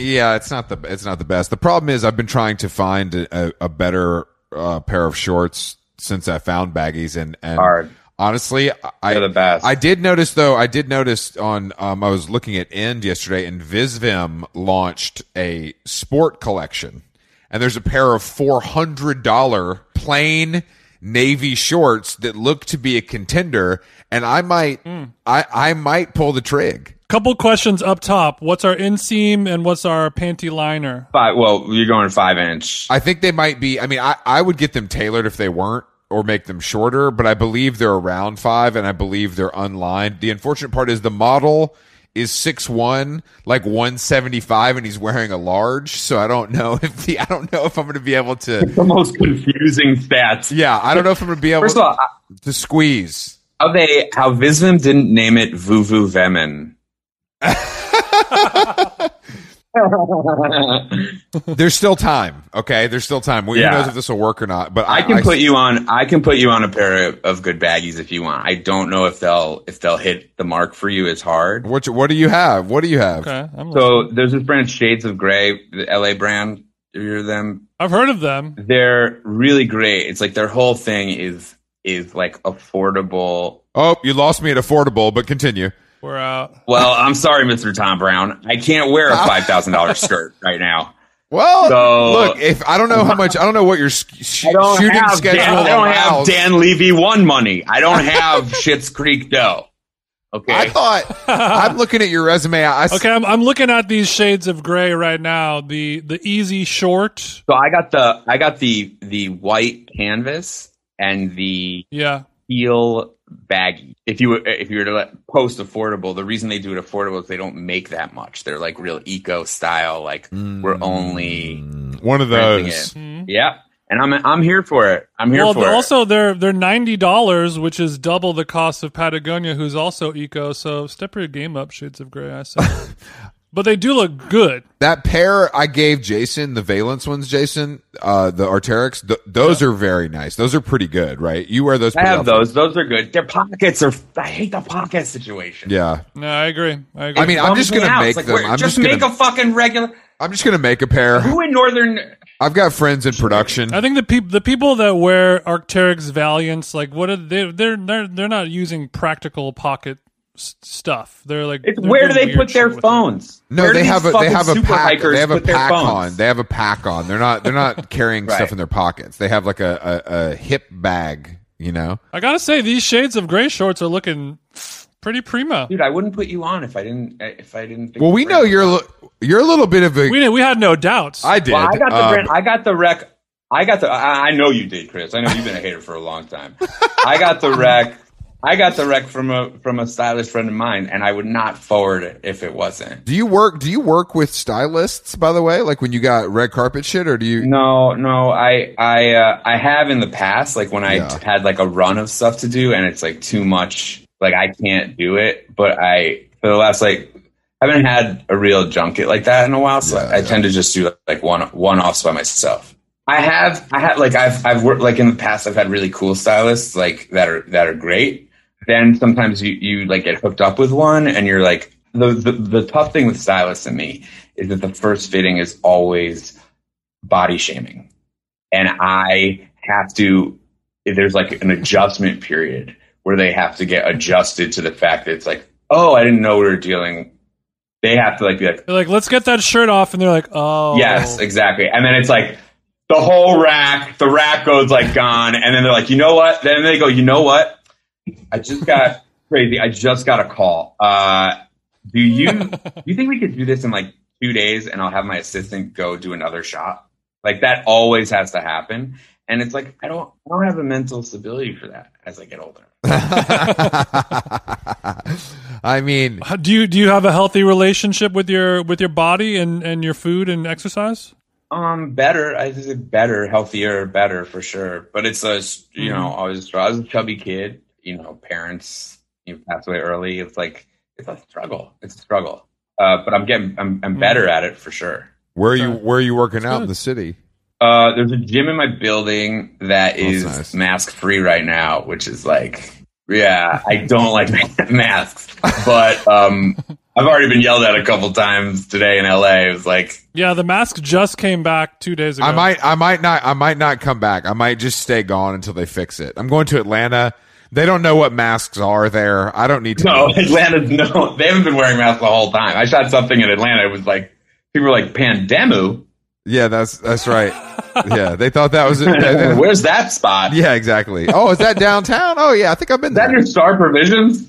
<laughs> yeah, it's not the it's not the best. The problem is I've been trying to find a, a, a better uh, pair of shorts since I found baggies and and Hard. honestly, I They're the best. I did notice though. I did notice on. Um, I was looking at End yesterday, and Visvim launched a sport collection, and there's a pair of four hundred dollar plain navy shorts that look to be a contender, and I might, I I might pull the trig. Couple questions up top. What's our inseam and what's our panty liner? Five, well, you're going five inch. I think they might be. I mean, I, I would get them tailored if they weren't or make them shorter, but I believe they're around five and I believe they're unlined. The unfortunate part is the model is six one, like 175 and he's wearing a large. So I don't know <laughs> if the, I don't know if I'm going to be able to, the most confusing stats. yeah, I don't know if I'm going to be able First of all, to, I- to squeeze. how they how Visvim didn't name it Vuvu Vemin. There's still time. Okay. There's still time. We, Yeah. Who knows if this will work or not, but I, I can put you on. I can put you on a pair of, of good baggies if you want. I don't know if they'll if they'll hit the mark for you. It's hard. what, what do you have? What do you have? Okay, I'm So there's this brand Shades of Gray, the LA brand. You hear them? I've heard of them. They're really great. It's like their whole thing is is like affordable. Oh, you lost me at affordable, but continue. We're out. <laughs> <laughs> Well, I'm sorry, Mr. Tom Brown. I can't wear a five thousand <laughs> dollars skirt right now. Well, So- look, if I don't know how much, I don't know what your sk- sh- Uh, I don't shooting have schedule Dan, I don't have allows. Dan Levy one money. <laughs> I don't have Shit's Creek dough. Okay. I thought <laughs> I'm looking at your resume. I, s- Okay, I'm, I'm looking at these shades of gray right now. The the easy short. So I got the I got the the white canvas and the Yeah. heel baggy. If you were- if you were to let post affordable, the reason they do it affordable is they don't make that much. They're like real eco style. Like we're only Mm. one of renting those. it. yeah. And I'm I'm here for it. I'm here Hmm. Well, for they're- it. also they're they're ninety dollars, which is double the cost of Patagonia, who's also eco. So step your game up, shades of gray. I say. but they do look good. That pair I gave Jason, the Valence ones, Jason, uh, the Arteryx, th- those are very nice. Those are pretty good, right? You wear those. I pretty have often. those. Those are good. Their pockets are. I hate the pocket situation. Yeah, No, I agree. I agree. I mean, I'm just Bums me gonna out. make It's like, them. we're- I'm just, just make gonna- a fucking regular. I'm just gonna make a pair. Who <sighs> in Northern? I've got friends in production. I think the people the people that wear Arcteryx Valiants, like what are they? They're they're they're not using practical pocket s- stuff. They're like, It's, they're where doing do they weird put their shit with it. phones? No, Where do they these have a they fucking have a super pack. hikers They have a put their pack phones? on. They have a pack on. They're not they're <laughs> not carrying stuff Right. in their pockets. They have like a, a, a hip bag. You know. I gotta say, these shades of gray shorts are looking pretty prima. Dude, I wouldn't put you on if I didn't. If I didn't. Think Well, we know you're a li- you're a little bit of a. We we had no doubts. I did. Well, I got the. um, brand, I got the rec. I got the. I, I know you did, Chris. I know you've been a hater for a long time. I got the rec. I got the rec from a from a stylish friend of mine, and I would not forward it if it wasn't. do you work? Do you work with stylists? By the way, like when you got red carpet shit, or do you? No, no, I I uh, I have in the past, like when I Yeah. had like a run of stuff to do, and it's like too much. like I can't do it. But I for the last like I haven't had a real junket like that in a while, so Yeah, I yeah. tend to just do like one one offs by myself. I have I had like I've I've worked like in the past I've had really cool stylists like that are that are great. Then sometimes you you like get hooked up with one and you're like the the, the tough thing with stylists and me is that the first fitting is always body shaming. And I have to there's like an adjustment period where they have to get adjusted to the fact that it's like, oh, I didn't know we were dealing they have to like be like, They're like, let's get that shirt off, and they're like, oh, Yes, exactly. And then it's like the whole rack, the rack goes like gone. And then they're like, you know what? Then they go, you know what? I just got crazy. I just got a call. Uh, do you do you think we could do this in like two days and I'll have my assistant go do another shot? Like that always has to happen. And it's like I don't I don't have the mental stability for that as I get older. <laughs> I mean, How- Do you do you have a healthy relationship with your with your body and and your food and exercise? Um, better. I think it's better, healthier, better for sure. But it's a you know Mm-hmm. always a struggle. I was a chubby kid. You know, parents you know, pass away early. It's like it's a struggle. It's a struggle. Uh, but I'm getting I'm Mm-hmm. I'm better at it for sure. where <laughs> are you Okay. where are you working out in good. the city? Uh, there's a gym in my building that That's is nice. mask free right now, which is like, yeah, I don't like <laughs> ma- masks. But um, I've already been yelled at a couple times today in LA. It was like, Yeah, the mask just came back two days ago. I might I might not I might not come back. I might just stay gone until they fix it. I'm going to Atlanta. They don't know what masks are there. I don't need to <laughs> No, know. Atlanta's no. They haven't been wearing masks the whole time. I shot something in Atlanta. It was like people were like pandemu. Yeah, that's that's right. yeah, they thought that was Where's that spot? Is Yeah, exactly. Oh, is that downtown? Oh yeah, I think I've been that there. your star provisions?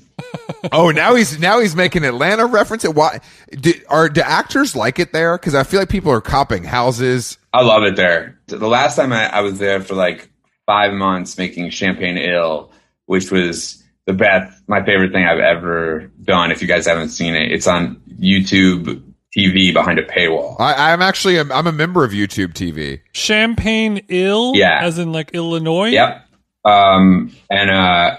Oh, now he's now he's making Atlanta reference. Why do, are do actors like it there? Because I feel like people are copping houses. I love it there. The last time I, I was there for like five months making champagne ill, which was the best, my favorite thing I've ever done. If you guys haven't seen it, it's on YouTube TV behind a paywall. I, I'm actually a, I'm a member of YouTube TV. Champagne ill, Yeah. as in like Illinois. Yep. Um, and uh,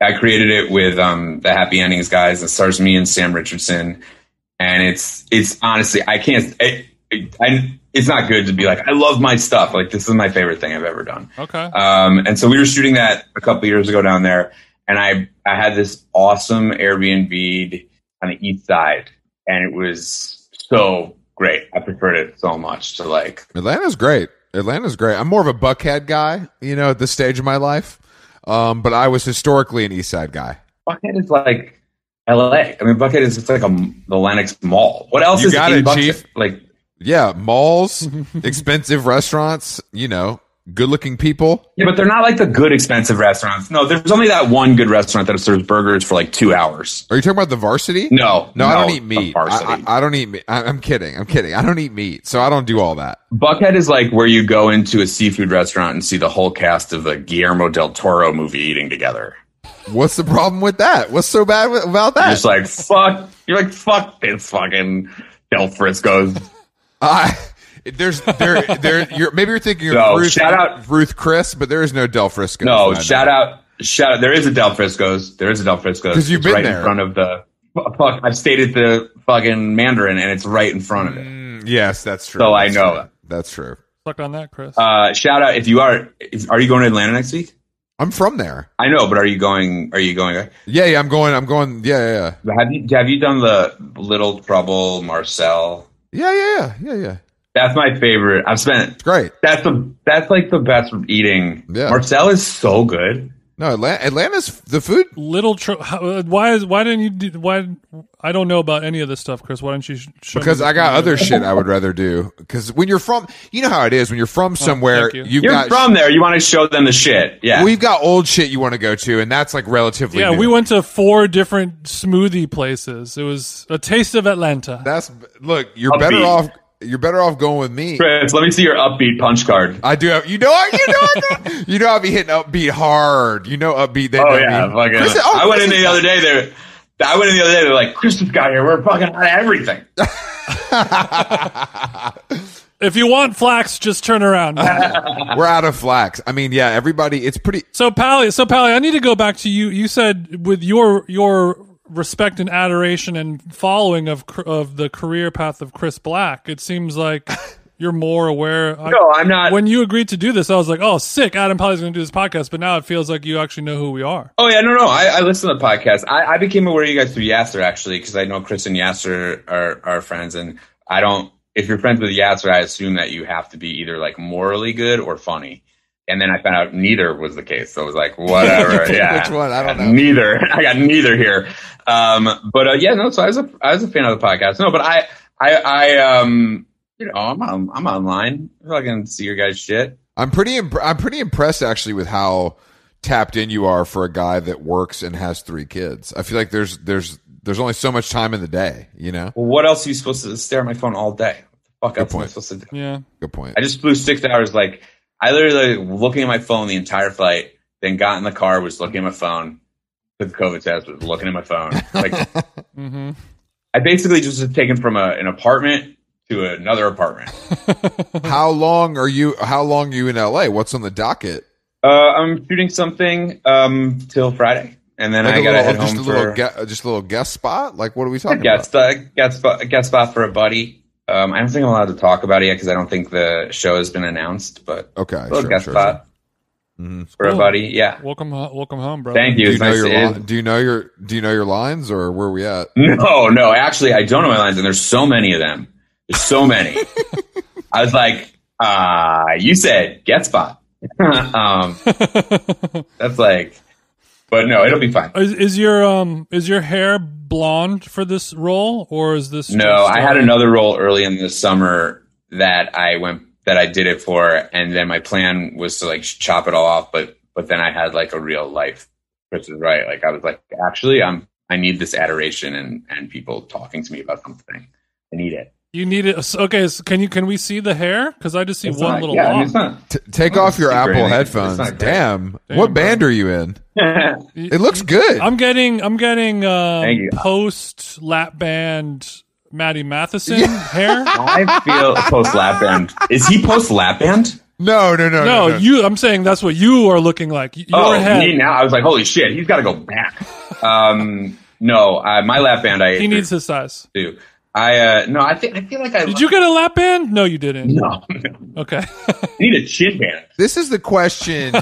I created it with um, the Happy Endings guys. It stars me and Sam Richardson, and it's it's honestly I can't. It, it, I, it's not good to be like I love my stuff. Like this is my favorite thing I've ever done. Okay. Uh, Um, and so we were shooting that a couple years ago down there, and I I had this awesome Airbnb on the east side, and it was so great. I preferred it so much to like Atlanta's great. Atlanta's great. I'm more of a Buckhead guy, you know, at this stage of my life. Um, but I was historically an East Side guy. Buckhead is like L.A. I mean, Buckhead is it's like a the Lenox Mall. What else You is got in it, Buckhead? Chief. Like, Yeah, <laughs> malls, expensive restaurants, you know, good looking people. yeah, but they're not like the good expensive restaurants. No, there's only that one good restaurant that serves burgers for like two hours. Are you talking about the varsity? No, No, I don't the eat meat. Varsity. I, I, I don't eat meat. I, I'm kidding. I'm kidding. I don't eat meat, so I don't do all that. Buckhead is like where you go into a seafood restaurant and see the whole cast of a Guillermo del Toro movie eating together. What's the problem with that? What's so bad with, about You're that? just like fuck. You're like fuck this fucking Del Frisco's. I there's there there you're maybe you're thinking of No, Ruth, shout out- Ruth Chris, but there is no Del Frisco. No, shout out, shout out. There is a Del Frisco's. There is a Del Frisco's. 'Cause you've It's been right there. in front of the. <laughs> F- Fuck, I've stayed at the fucking Mandarin, and it's right in front of it. Mm, Yes, that's true. So I That's know true. it. That's true. Suck on that, Chris. Uh, shout out if you are. If, are you going to Atlanta next week? I'm from there. I know, but are you going? Are you going? Yeah, yeah, I'm going. I'm going. Yeah, yeah, yeah. Have you have you done the Little Trouble Marcel? Yeah, yeah, yeah, yeah, yeah. That's my favorite. I've spent. It's great. That's the that's like the best eating. Yeah. Marcel is so good. No, Atlanta, Atlanta's the food. Little tro- how, uh, why is why didn't you do, why I don't know about any of this stuff, Chris. Why didn't you sh- show Because me the- I got other shit I would rather do. Because when you're from, you know how it is. When you're from somewhere, Oh, thank you. you. have You're got from there. You want to show them the shit. Yeah. We've got old shit you want to go to, and that's like relatively. Yeah, new. we went to four different smoothie places. It was a taste of Atlanta. That's look. You're Upbeat. better off. You're better off going with me. Chris, let me see your upbeat punch card. I do have you know I- you know I got- you know I'll be hitting upbeat hard. You know upbeat. They Oh know yeah, me. fucking. Chris- oh, I went in Chris- the other day. There, I went in the other day. They're like, "Christmas got here. We're fucking on everything." If you want flax, just <laughs> turn around. We're out of flax. I mean, yeah, everybody. It's pretty. so Pally, so Pally, I need to go back to you. You said with your your respect and adoration and following of cr- of the career path of Chris Black, it seems like you're more aware. I- <laughs> No, I'm not. when you agreed to do this, I was like, "Oh, sick! Adam Pally's going to do this podcast." But now it feels like you actually know who we are. Oh yeah, no, no. I, I listen to the podcast. I, I became aware of you guys through Yasser actually because I know Chris and Yasser are, are friends, and I don't. If you're friends with Yasser, I assume that you have to be either like morally good or funny. And then I found out neither was the case. So I was <laughs> <laughs> like, whatever. yeah, Which one? I don't know. neither. <laughs> I got neither here. Um, but uh, yeah, no. So I was a I was a fan of the podcast. No, but I I I um you know I'm on, I'm online. I fucking see your guys shit. I'm pretty. Imp- I'm pretty impressed actually with how tapped in you are for a guy that works and has three kids. I feel like there's there's there's only so much time in the day. You know. Well, what else are you supposed to stare at my phone all day? What the fuck else am I point. supposed to do? Yeah, Good point. I just flew six hours. Like I literally like, looking at my phone the entire flight. Then got in the car, was looking at my phone. Took the COVID test, was looking at my phone. Like mm-hmm. I basically just was taken from a, an apartment to another apartment. how long are you? How long are you in L.A.? What's on the docket? Uh, I'm shooting something um, till Friday, and then Like I a gotta little, head just home a little for gue- just a little guest spot. Like what are we talking about? guest uh, guest spot, guest spot for a buddy. Um, I don't think I'm allowed to talk about it yet because I don't think the show has been announced. But Okay, little sure, guest sure, spot sure. Mhm. for Cool. a buddy. Yeah, <laughs> welcome, ho- welcome home, bro. thank Do you. you It's know nice your to- li- Do you know your Do you know your lines or where are we at? No, no, actually, I don't know my lines, and there's so many of them. There's so <laughs> many. I was like, uh, you said get spot. <laughs> um, that's like, but no, it'll be fine. <laughs> Is, is your um is your hair blonde for this role or is this No, just, I had uh, another role early in the summer that I went that I did it for, and then my plan was to like chop it all off, but but then I had like a real life. Chris is right. Like I was like, actually, I'm I need this adoration and and people talking to me about something. I need it. You need it. so- Okay, so can you can we see the hair? Because I just see It's one not- little yeah, I mean, lock. it's not, T- take Oh, off your secret, I Apple think. headphones. It's not great. Damn. Damn, what bro. band are you in? You- It looks good. I'm getting I'm getting uh, Thank you. post lap band Maddie <laughs> Matheson hair. <laughs> I feel post lap band. Is he post lap band? no, no, no, no. No, no. you. I'm saying that's what you are looking like. Y- Your oh, head. me now. I was like, holy shit, he's got to go back. Um, no, uh, my lap band. I he needs his size. to. I uh, no, I think I feel like I Did you get a lap band? No, you didn't. no. <laughs> I Okay. <laughs> need a chin band. This is the <laughs> question.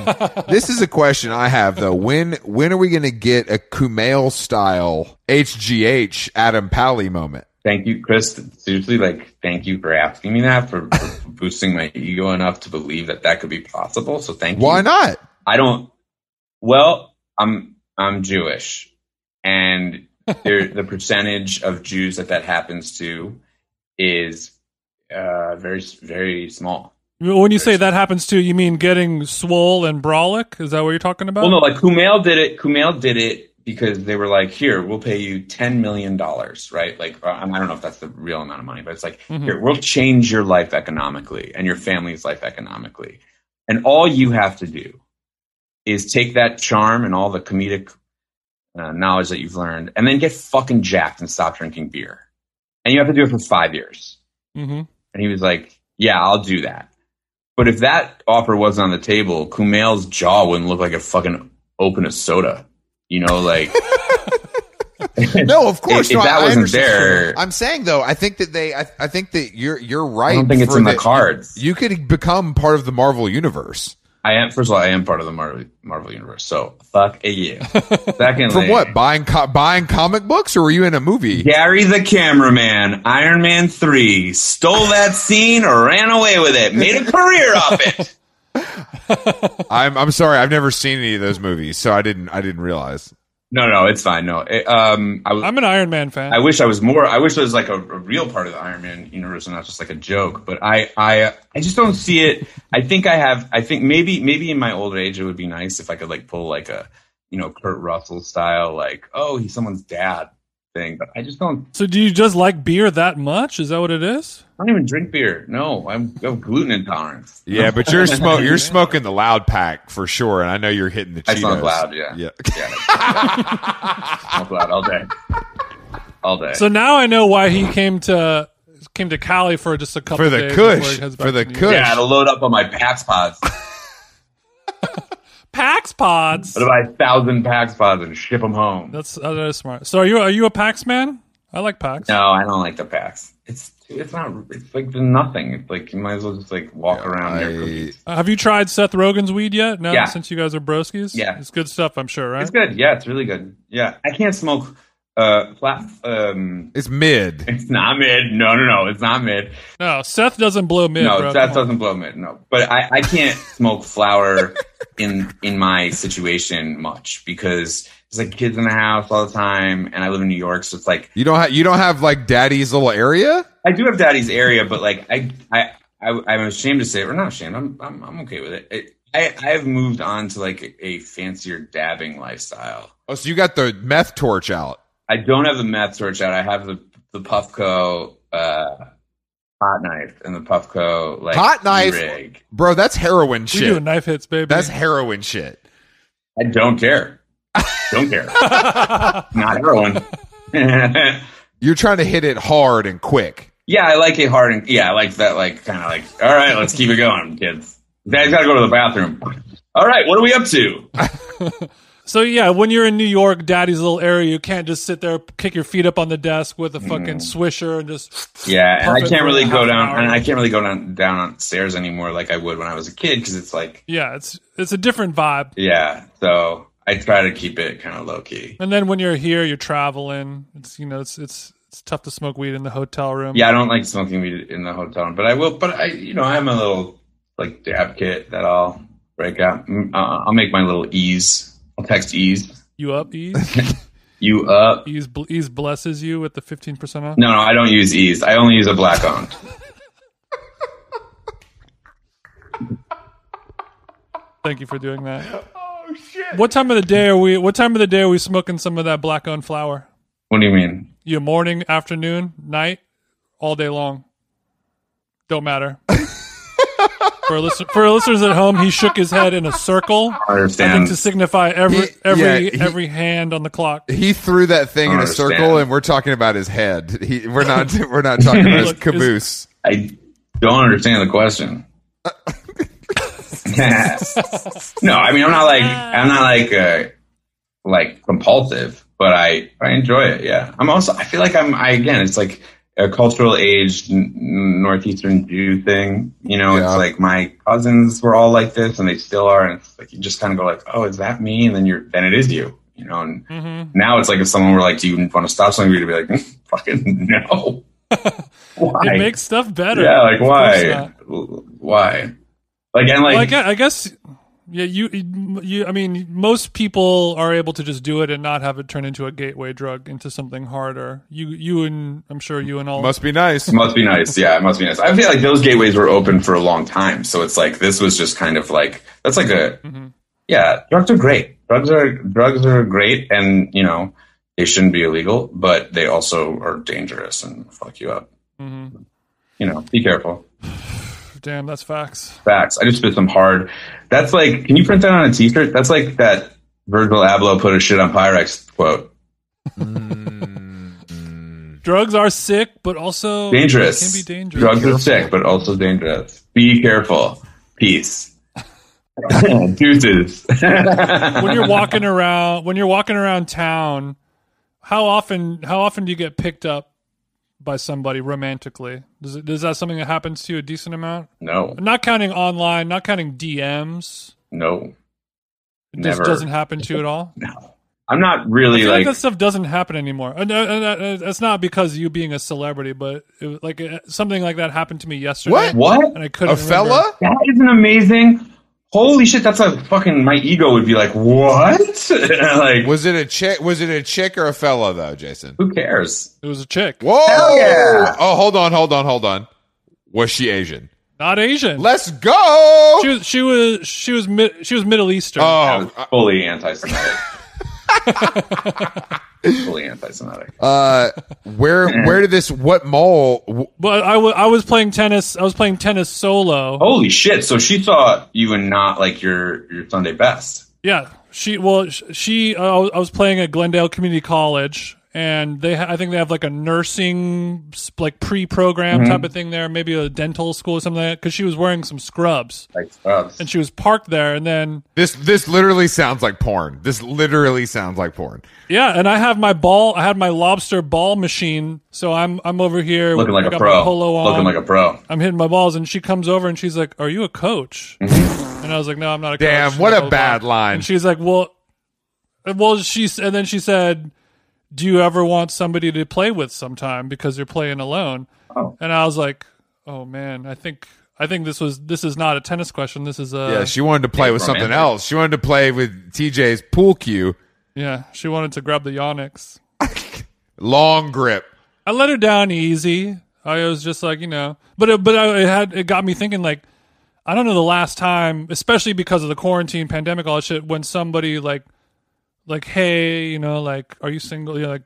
this is a question I have though. When when are we going to get a Kumail style HGH Adam Pally moment? Thank you, Chris. Seriously, like, thank you for asking me that for, for <laughs> boosting my ego enough to believe that that could be possible. So thank you. Why not? I don't. Well, I'm I'm Jewish, <laughs> and there, the percentage of Jews that that happens to is uh, very very small. when you say that happens to, you mean getting swole and brolic? Is that what you're talking about? Well, no, like Kumail did it. Kumail did it because they were like, "Here, we'll pay you ten million dollars," right? Like, uh, I don't know if that's the real amount of money, but it's like, Mhm. "Here, we'll change your life economically and your family's life economically," and all you have to do is take that charm and all the comedic uh, knowledge that you've learned, and then get fucking jacked and stop drinking beer, and you have to do it for five years. Mm-hmm. And he was like, Yeah, I'll do that. But if that offer wasn't on the table, Kumail's jaw wouldn't look like it fucking open a soda. You know, like No, of course. if no, that I, I wasn't understand. there- I'm saying though, I think that they. I, I think that you're you're right. I don't think it's for in the that- cards. You could become part of the Marvel universe. I am first of all, I am part of the Marvel Marvel universe, so fuck you. Secondly, From what? Buying co- buying comic books, or were you in a movie? Gary the cameraman, Iron Man 3, stole that scene or ran away with it, made a career off it. I'm I'm sorry, I've never seen any of those movies, so I didn't I didn't realize. No, no, it's fine. No, It- um, I, was. I'm an Iron Man fan. I wish I was more. I wish it was like a, a real part of the Iron Man universe and not just like a joke. But I, I, I just don't see it. I think I have. I think maybe, maybe in my older age, it would be nice if I could like pull like a, you know, Kurt Russell style, like oh, he's someone's dad thing. But I just don't. so do you just like beer that much? Is that what it is? I don't even drink beer. No, I'm I have gluten intolerance. Yeah, but <laughs> you're smoke you're smoking the loud pack for sure, and I know you're hitting the I Cheetos. smoke loud. Yeah, Yeah. smoke loud all day, all day. So now I know why he came to came to Cali for just a couple For the days kush. before he heads back For the to New kush. York. Yeah. Yeah, to load up on my Pax pods. Pax pods. to buy a thousand Pax pods and ship them home. That's uh, that is smart. So are you are you a Pax man? I like Pax. No, I don't like the Pax. It's it's not. It's like the nothing. It's like you might as well just like walk around there. I- Uh, have you tried Seth Rogen's weed yet? No, Yeah. since you guys are broskies. Yeah. it's good stuff. I'm sure, right? It's good. Yeah, it's really good. Yeah, I can't smoke. Uh, flat. Um, It's mid. it's not mid. No, no, no. It's not mid. No, Seth doesn't blow mid. no, bro. that Come on. doesn't blow mid. No, but I, <laughs> I can't smoke flower in in my situation much because there's like kids in the house all the time, and I live in New York, so it's like You don't have you don't have like daddy's little area. I do have daddy's area, but like I, I, I I'm ashamed to say, or not ashamed. I'm, I'm, I'm okay with it. it I, I've moved on to like a fancier dabbing lifestyle. Oh, so you got the meth torch out. I don't have the meth torch out. I have the the Puffco uh, hot knife and the Puffco like Hot knife? rig. Bro, that's heroin We do shit. knife hits, baby. <laughs> That's heroin shit. I don't care. Don't care. not heroin. You're trying to hit it hard and quick. <laughs> yeah, I like it hard and yeah, I like that. Like kind of like all right, let's keep it going, kids. Dad's got to go to the bathroom. All right, what are we up to? so yeah, when you're in New York, Daddy's little area, you can't just sit there, kick your feet up on the desk with a fucking swisher and just. Yeah, and Puff I it can't for really half go an down, hour. and I can't really go down downstairs anymore like I would when I was a kid because it's like, Yeah, it's it's a different vibe. yeah. So I try to keep it kind of low key. And then when you're here, you're traveling. It's you know, it's it's it's tough to smoke weed in the hotel room. Yeah, I don't like smoking weed in the hotel, but I will. But I, you know, I'm a little like dab kit that I'll break out. Mm, Uh, I'll make my little ease. I'll text ease You up, ease, you up. ease, bl- ease blesses you with the fifteen percent off. No, no, I don't use ease. I only use a black on. Thank you for doing that. Oh shit! What time of the day are we? What time of the day are we smoking some of that black on flower? What do you mean? You morning, afternoon, night, all day long. Don't <laughs> matter. for, listen- for listeners at home, he shook his head in a circle. I I understand. think to signify every He- every yeah, he- every hand on the clock. He threw that thing in a Understand. circle, and we're talking about his head. He, we're not. <laughs> We're not <laughs> talking about his Look, is- caboose. I don't understand the question. <laughs> no, I mean I'm not like I'm not like uh, like compulsive, but I I enjoy it. Yeah, I'm also I feel like I'm I again it's like a cultural age n- n- northeastern Jew thing. You know, Yeah. it's like my cousins were all like this, and they still are. And it's like you just kind of go like, oh, is that me? And then you're then it is you. You know, and Mm-hmm. now it's like if someone were like, do you want to stop something? You'd be like, "Mm, fucking no. Why? <laughs> It makes stuff better. Yeah, like Of course why? not. Why? Like and like, Well, I guess, I guess yeah, you, you, I mean, most people are able to just do it and not have it turn into a gateway drug into something harder. You, you, and I'm sure you and all. Must be <laughs> nice. it must be nice. Yeah, it must be nice. I feel like those gateways were open for a long time, so it's like this was just kind of like that's like a Mhm. yeah. Drugs are great. Drugs are drugs are great, and you know they shouldn't be illegal, but they also are dangerous and fuck you up. Mhm. You know, be careful. Damn, that's facts. Facts. I just spit some hard. That's like, can you print that on a T-shirt? That's like that Virgil Abloh put a shit on Pyrex quote. Drugs are sick, but also dangerous. Can be dangerous. Drugs are sick, but also dangerous. Be careful. Peace. <laughs> Deuces. <laughs> when you're walking around, when you're walking around town, how often, how often do you get picked up by somebody romantically? Does it, is that something that happens to you a decent amount? no, Not counting online, not counting DMs. no, It Never. just doesn't happen to you at all. no. I'm not I really feel like, like. that stuff doesn't happen anymore. And, uh, and, uh, uh, it's not because you being a celebrity, but it was like uh, something like that happened to me yesterday. What? What? And I couldn't. A fella? That isn't amazing. Holy shit! That's a fucking. My ego would be like, what? <laughs> like, Was it a chick? Was it a chick or a fella though, Jason? who cares? It was a chick, Whoa! Hell yeah. Oh, hold on, hold on, hold on. Was she Asian? not Asian. Let's go. she was. She was. She was. Mid, she was Middle Eastern. oh, <laughs> Fully anti-Semitic. Fully anti-Semitic. uh, where where did this? What mall? but I wa- I was playing tennis. I was playing tennis solo. Holy shit! So she saw you and not like your your Sunday best. Yeah. She. Well. sh- She. Uh, I was- I was playing at Glendale Community College, and they ha- I think they have like a nursing s- like pre-program Mm-hmm. type of thing there, maybe a dental school or something like that cuz she was wearing some scrubs Like, oh, and she was parked there and then This this literally sounds like porn. This literally sounds like porn. yeah, and I have my ball I had my lobster ball machine, so I'm I'm over here looking I like a got my pro. polo on. Looking like a pro. I'm hitting my balls, and she comes over and she's like, "Are you a coach?" Mm-hmm. and I was like, "No, I'm not a Damn, coach." what blah, a blah, bad blah. line. And she's like, "Well, well," she s- and then she said, "Do you ever want somebody to play with sometime because you're playing alone?" Oh. And I was like, "Oh man, I think I think this was this is not a tennis question. This is a Yeah, she wanted to play with something romantic. else. She wanted to play with TJ's pool cue, yeah." She wanted to grab the Yonex. long grip. I let her down easy. I was just like, you know, but it, but I, it had it got me thinking like, I don't know the last time, especially because of the quarantine, pandemic, all that shit, when somebody like, like, hey, you know, like, are you single? You know, like,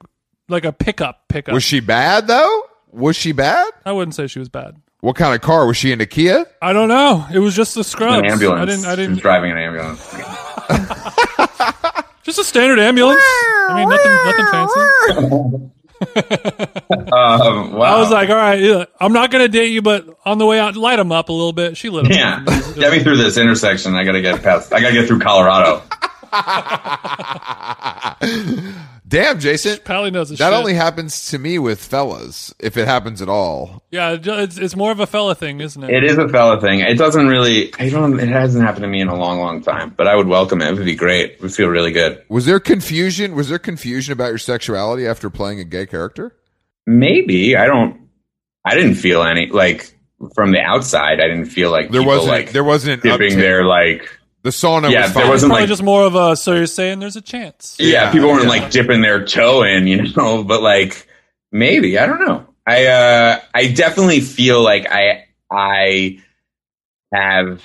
like a pickup, pickup. Was she bad though? Was she bad? I wouldn't say she was bad. What kind of car was she in a Kia? I don't know. It was just the An scrubs. ambulance. I didn't. I She's didn't. driving an ambulance. Just a standard ambulance. I mean, nothing, nothing fancy. Um, wow. I was like, all right, yeah, I'm not gonna date you, but on the way out, light him up a little bit. She lit him. yeah, <laughs> Up. get me through this intersection. I gotta get past. I gotta get through Colorado. <laughs> Damn, Jason. Pally knows the That shit. only happens to me with fellas, if it happens at all. yeah, it's it's more of a fella thing, isn't It is a fella thing. It doesn't really. I don't. It hasn't happened to me in a long, long time. But I would welcome it. It would be great. It would feel really good. Was there confusion? Was there confusion about your sexuality after playing a gay character? Maybe I don't. I didn't feel any like from the outside. I didn't feel like There people, wasn't. like there wasn't an uptick. dipping their like. The sauna Yeah, was there fine. wasn't probably like. just more of a so you're saying there's a chance yeah, Yeah, people weren't yeah. like dipping their toe in, you <laughs> know. But like maybe I don't know. I uh, I definitely feel like I I have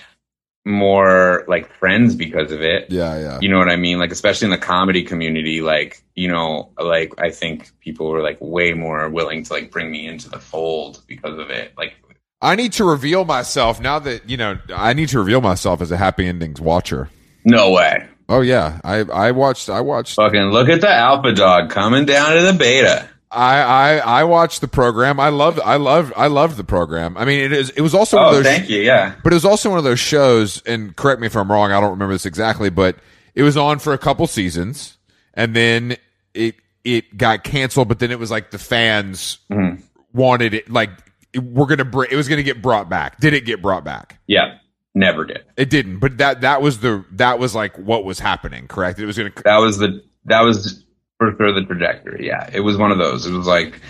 more like friends because of it. yeah, yeah. you know what I mean? Like, especially in the comedy community, like, you know, like, I think people were like way more willing to like bring me into the fold because of it. Like, I need to reveal myself now that you know. I need to reveal myself as a happy endings watcher. no way. Oh yeah, I I watched I watched Fucking look at the alpha dog coming down to the beta. I I I watched the program. I loved I loved I loved the program. I mean, it is it was also one Oh, of those thank you. Yeah. But it was also one of those shows, and correct me if I'm wrong, I don't remember this exactly, but it was on for a couple seasons, and then it it got canceled. But then it was like the fans Mm-hmm. wanted it, like it- we're gonna bring it was gonna get brought back. Did it get brought back? Yeah. Never did. It didn't. But that that was the that was like what was happening. Correct. It was gonna. That was the, that was for sure the trajectory. Yeah. It was one of those. It was like,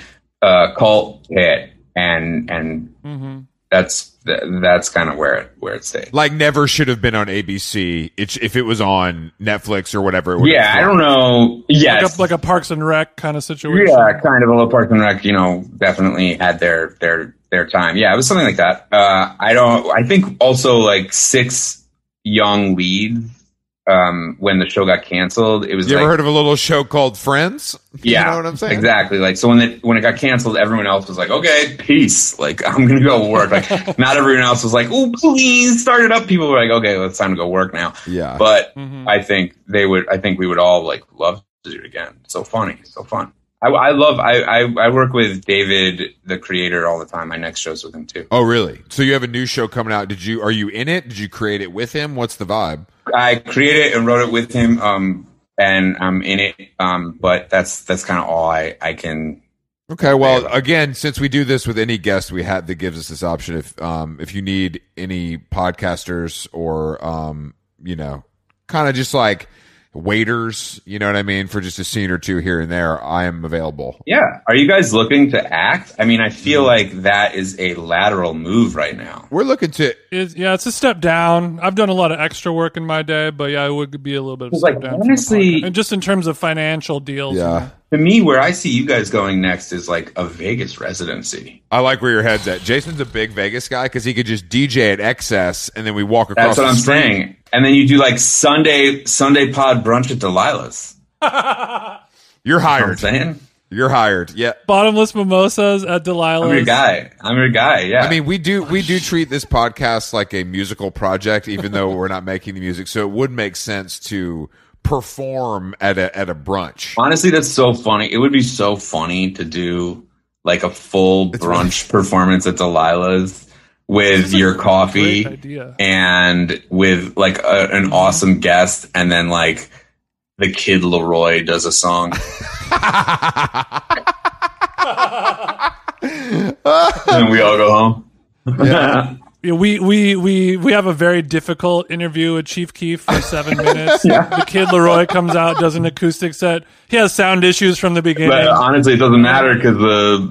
uh, cult hit and, and mm-hmm. that's, th- that's kind of where it, where it stayed. Like never should have been on ABC. It, if it was on Netflix or whatever. It would Yeah. have I don't know. Yeah. like, a, like a parks and rec kind of situation Yeah, kind of. Although Parks and Rec, you know, definitely had their their their time. Yeah, it was something like that. Uh, I don't. I think also like six young leads um, when the show got canceled. It was You like, ever heard of a little show called Friends? <laughs> yeah, You know what I'm saying? exactly. Like so when it when it got canceled, everyone else was like, okay, peace. Like <laughs> I'm gonna go <laughs> work. Like not everyone else was like, oh please start it up. People were like, okay, well, it's time to go work now. Yeah. But Mhm. I think they would. I think we would all like love to do it again. So funny, so fun. I, I love. I, I I work with David, the creator, all the time. My next show's with him too. Oh, really? So you have a new show coming out? Did you are you in it? Did you create it with him? What's the vibe? I created it and wrote it with him, um, and I'm in it. Um, but that's that's kind of all I I can. Okay. Well, Yeah. again, since we do this with any guest we have that gives us this option, if um if you need any podcasters or um you know kind of just like waiters, you know what I mean, for just a scene or two here and there, I am available. Yeah. Are you guys looking to act? I mean, I Mm. feel like that is a lateral move right now. We're looking to It's- yeah it's a step down i've done a lot of extra work in my day but yeah it would be a little bit of a It's step like, down from the honestly- podcast. and just in terms of financial deals yeah. To me, where I see you guys going next is like a Vegas residency. I like where your head's at. Jason's a big Vegas guy because he could just DJ at excess and then we walk across. That's what the I'm street. saying. And then you do like Sunday Sunday pod brunch at Delilah's. You're You know what I'm hired. saying You're hired. Yeah. bottomless mimosas at delilah's I'm your guy. I'm your guy. Yeah. I mean, we do we do treat this podcast like a musical project, even though we're not making the music. So it would make sense to perform at a at a <laughs> brunch. Honestly, that's so funny. It would be so funny to do like a full brunch <laughs> performance at Delilah's with a your coffee great idea. and with like a, an Mm-hmm. awesome guest, and then like the kid Leroy does a song. <laughs> and we all go home. Yeah, we, we we we have a very difficult interview with Chief Keef for <laughs> seven minutes. The kid Leroy comes out, does an acoustic set. He has sound issues from the beginning. <laughs> But uh, honestly, it doesn't matter because the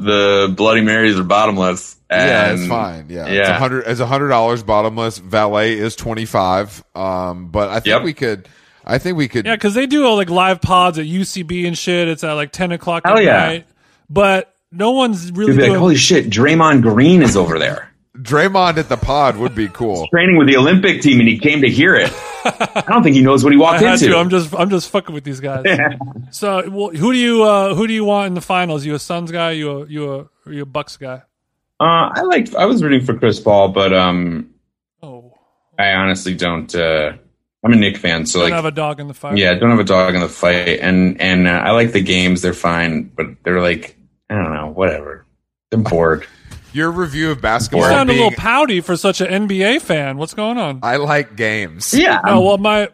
the Bloody Marys are bottomless. And yeah, it's fine. Yeah, it's yeah. a hundred. It's a hundred dollars bottomless. Valet is twenty five. Um, but I think Yep. we could. I think we could. Yeah, because they do uh, like live pods at UCB and shit. It's at like ten o'clock Hell at yeah. night. But no one's really You'd be doing. like, holy shit, Draymond Green is over there Draymond at the pod would be cool. training with the Olympic team, and he came to hear it. I don't think he knows what he I walked had into. to. I'm just I'm just fucking with these guys. so well, who do you uh, who do you want in the finals? You a Suns guy? You a you a or you a Bucks guy? Uh, I like. I was rooting for Chris Paul, but um, Oh, I honestly don't. Uh, I'm a Nick fan, so don't like, have a dog in the fire. yeah, I don't have a dog in the fight, and and uh, I like the games. They're fine, but they're like, I don't know, whatever. I'm bored. Your review of you basketball. sound a being, little pouty for such an NBA fan. What's going on? I like games. yeah, No, I'm, well, my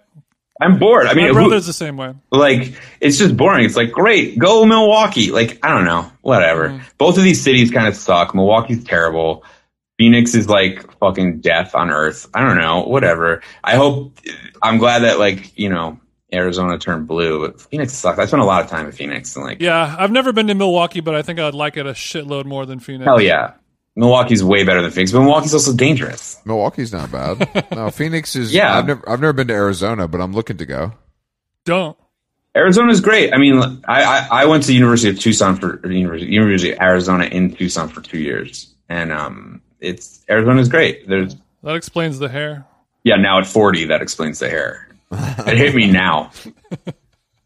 I'm bored. I mean, my who- brother's the same way. like it's just boring. It's like great, go Milwaukee. Like I don't know, whatever. Both of these cities kind of suck. Milwaukee's terrible. Phoenix is like fucking death on earth. I don't know, whatever. I hope. I'm glad that like you know Arizona turned blue. But Phoenix sucks. I spent a lot of time in Phoenix and like Yeah, I've never been to Milwaukee, but I think I'd like it a shitload more than Phoenix. hell yeah, Milwaukee's way better than Phoenix. But Milwaukee's also dangerous. Milwaukee's not bad. <laughs> No, Phoenix is. Yeah. I've never. I've never been to Arizona, but I'm looking to go. Don't. Arizona's great. I mean, I, I, I went to University of Tucson for or University, University of Arizona in Tucson for two years, and um, it's Arizona's great. There's That explains the hair. Yeah, now at 40, that explains the hair. It hit me now. <laughs>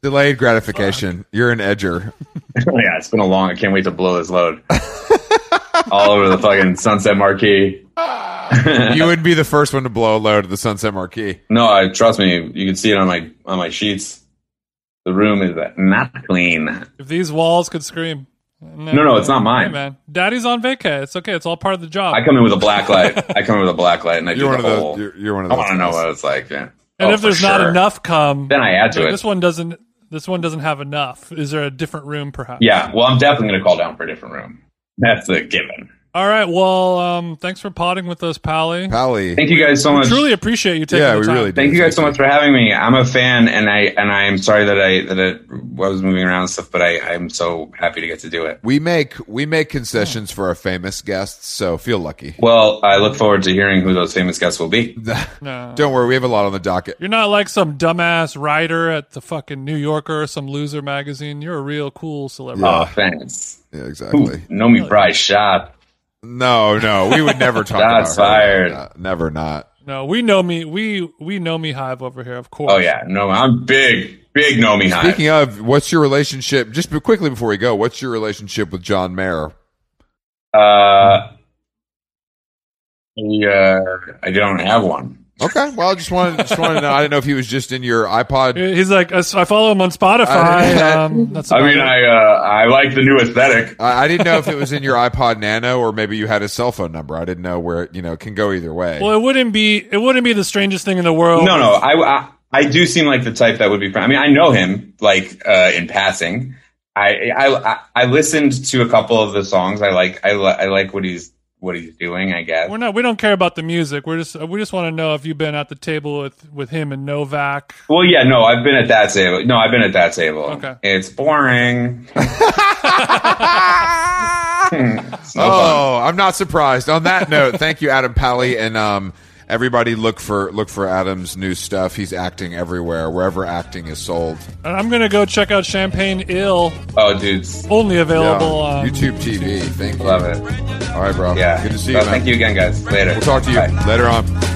Delayed gratification. You're an edger. yeah, it's been a long. I can't wait to blow this load all over the fucking Sunset Marquee. you would be the first one to blow a load at the Sunset Marquee. No, I, trust me, you can see it on my on my sheets. The room is not clean. If these walls could scream. No, no, it's not Hey, mine. man. Daddy's on vacay. It's okay. It's all part of the job. I come in with a black light. I come in with a black light, and I do You're one the of those. whole. You're, you're one of I those. want to know guys. what it's like, man. and Oh, if for there's not sure. enough come, then I add to it. this one doesn't. This one doesn't have enough. Is there a different room, perhaps? Yeah, well, I'm definitely going to call down for a different room. That's a given. All right. Well, um, thanks for potting with us, Pally. Pally. Thank you guys so much. Truly appreciate you taking Yeah, the we time. really do. Thank you guys so much for having me. I'm a fan, and I and I am sorry that I that I was moving around and stuff, but I I'm so happy to get to do it. We make we make concessions for our famous guests, so feel lucky. Well, I look forward to hearing who those famous guests will be. No. <laughs> Don't worry, we have a lot on the docket. You're not like some dumbass writer at the fucking New Yorker or some loser magazine. You're a real cool celebrity. Oh, thanks. Yeah, Ooh, exactly. Nomi Price shot. No, no, we would never talk about Shots her like fired. that. Never not. No, we know me. We we know me hive over here, of course. Oh yeah, no, I'm big, big Nomi High. Speaking of, what's your relationship? Just be- quickly before we go, what's your relationship with John <laughs> Mayer? Uh, yeah, I don't have one. Okay, well, I just wanted just wanted to know. I didn't know if he was just in your iPod. He's like, I s- I follow him on Spotify. um, that's I about mean, it. I uh, I like the new aesthetic. I, I didn't know if it was in your iPod Nano or maybe you had his cell phone number. I didn't know where it, you know it can go either way. <laughs> well, it wouldn't be it wouldn't be the strangest thing in the world. No, no, I, I I do seem like the type that would be. fr- I mean, I know him like uh, in passing. I, I I- I listened to a couple of the songs. I like I, li- I like what he's what he's doing. I guess. We're not. We don't care about the music. We're just. We just want to know if you've been at the table with with him and Novak. Well, yeah, no, I've been at that table. No, I've been at that table. Okay. It's boring. It's no fun. Oh, I'm not surprised. On that note, thank you, Adam Pally, and um, everybody look for look for Adam's new stuff. He's acting everywhere, wherever acting is sold. And I'm gonna go check out Champagne Ill. Oh, dudes, Only Yeah. available uh, on YouTube TV. Thank you. love it. All right, bro. Yeah. Good to see Well, you. Man. Thank you again, guys. Later. We'll talk to you Bye. later on.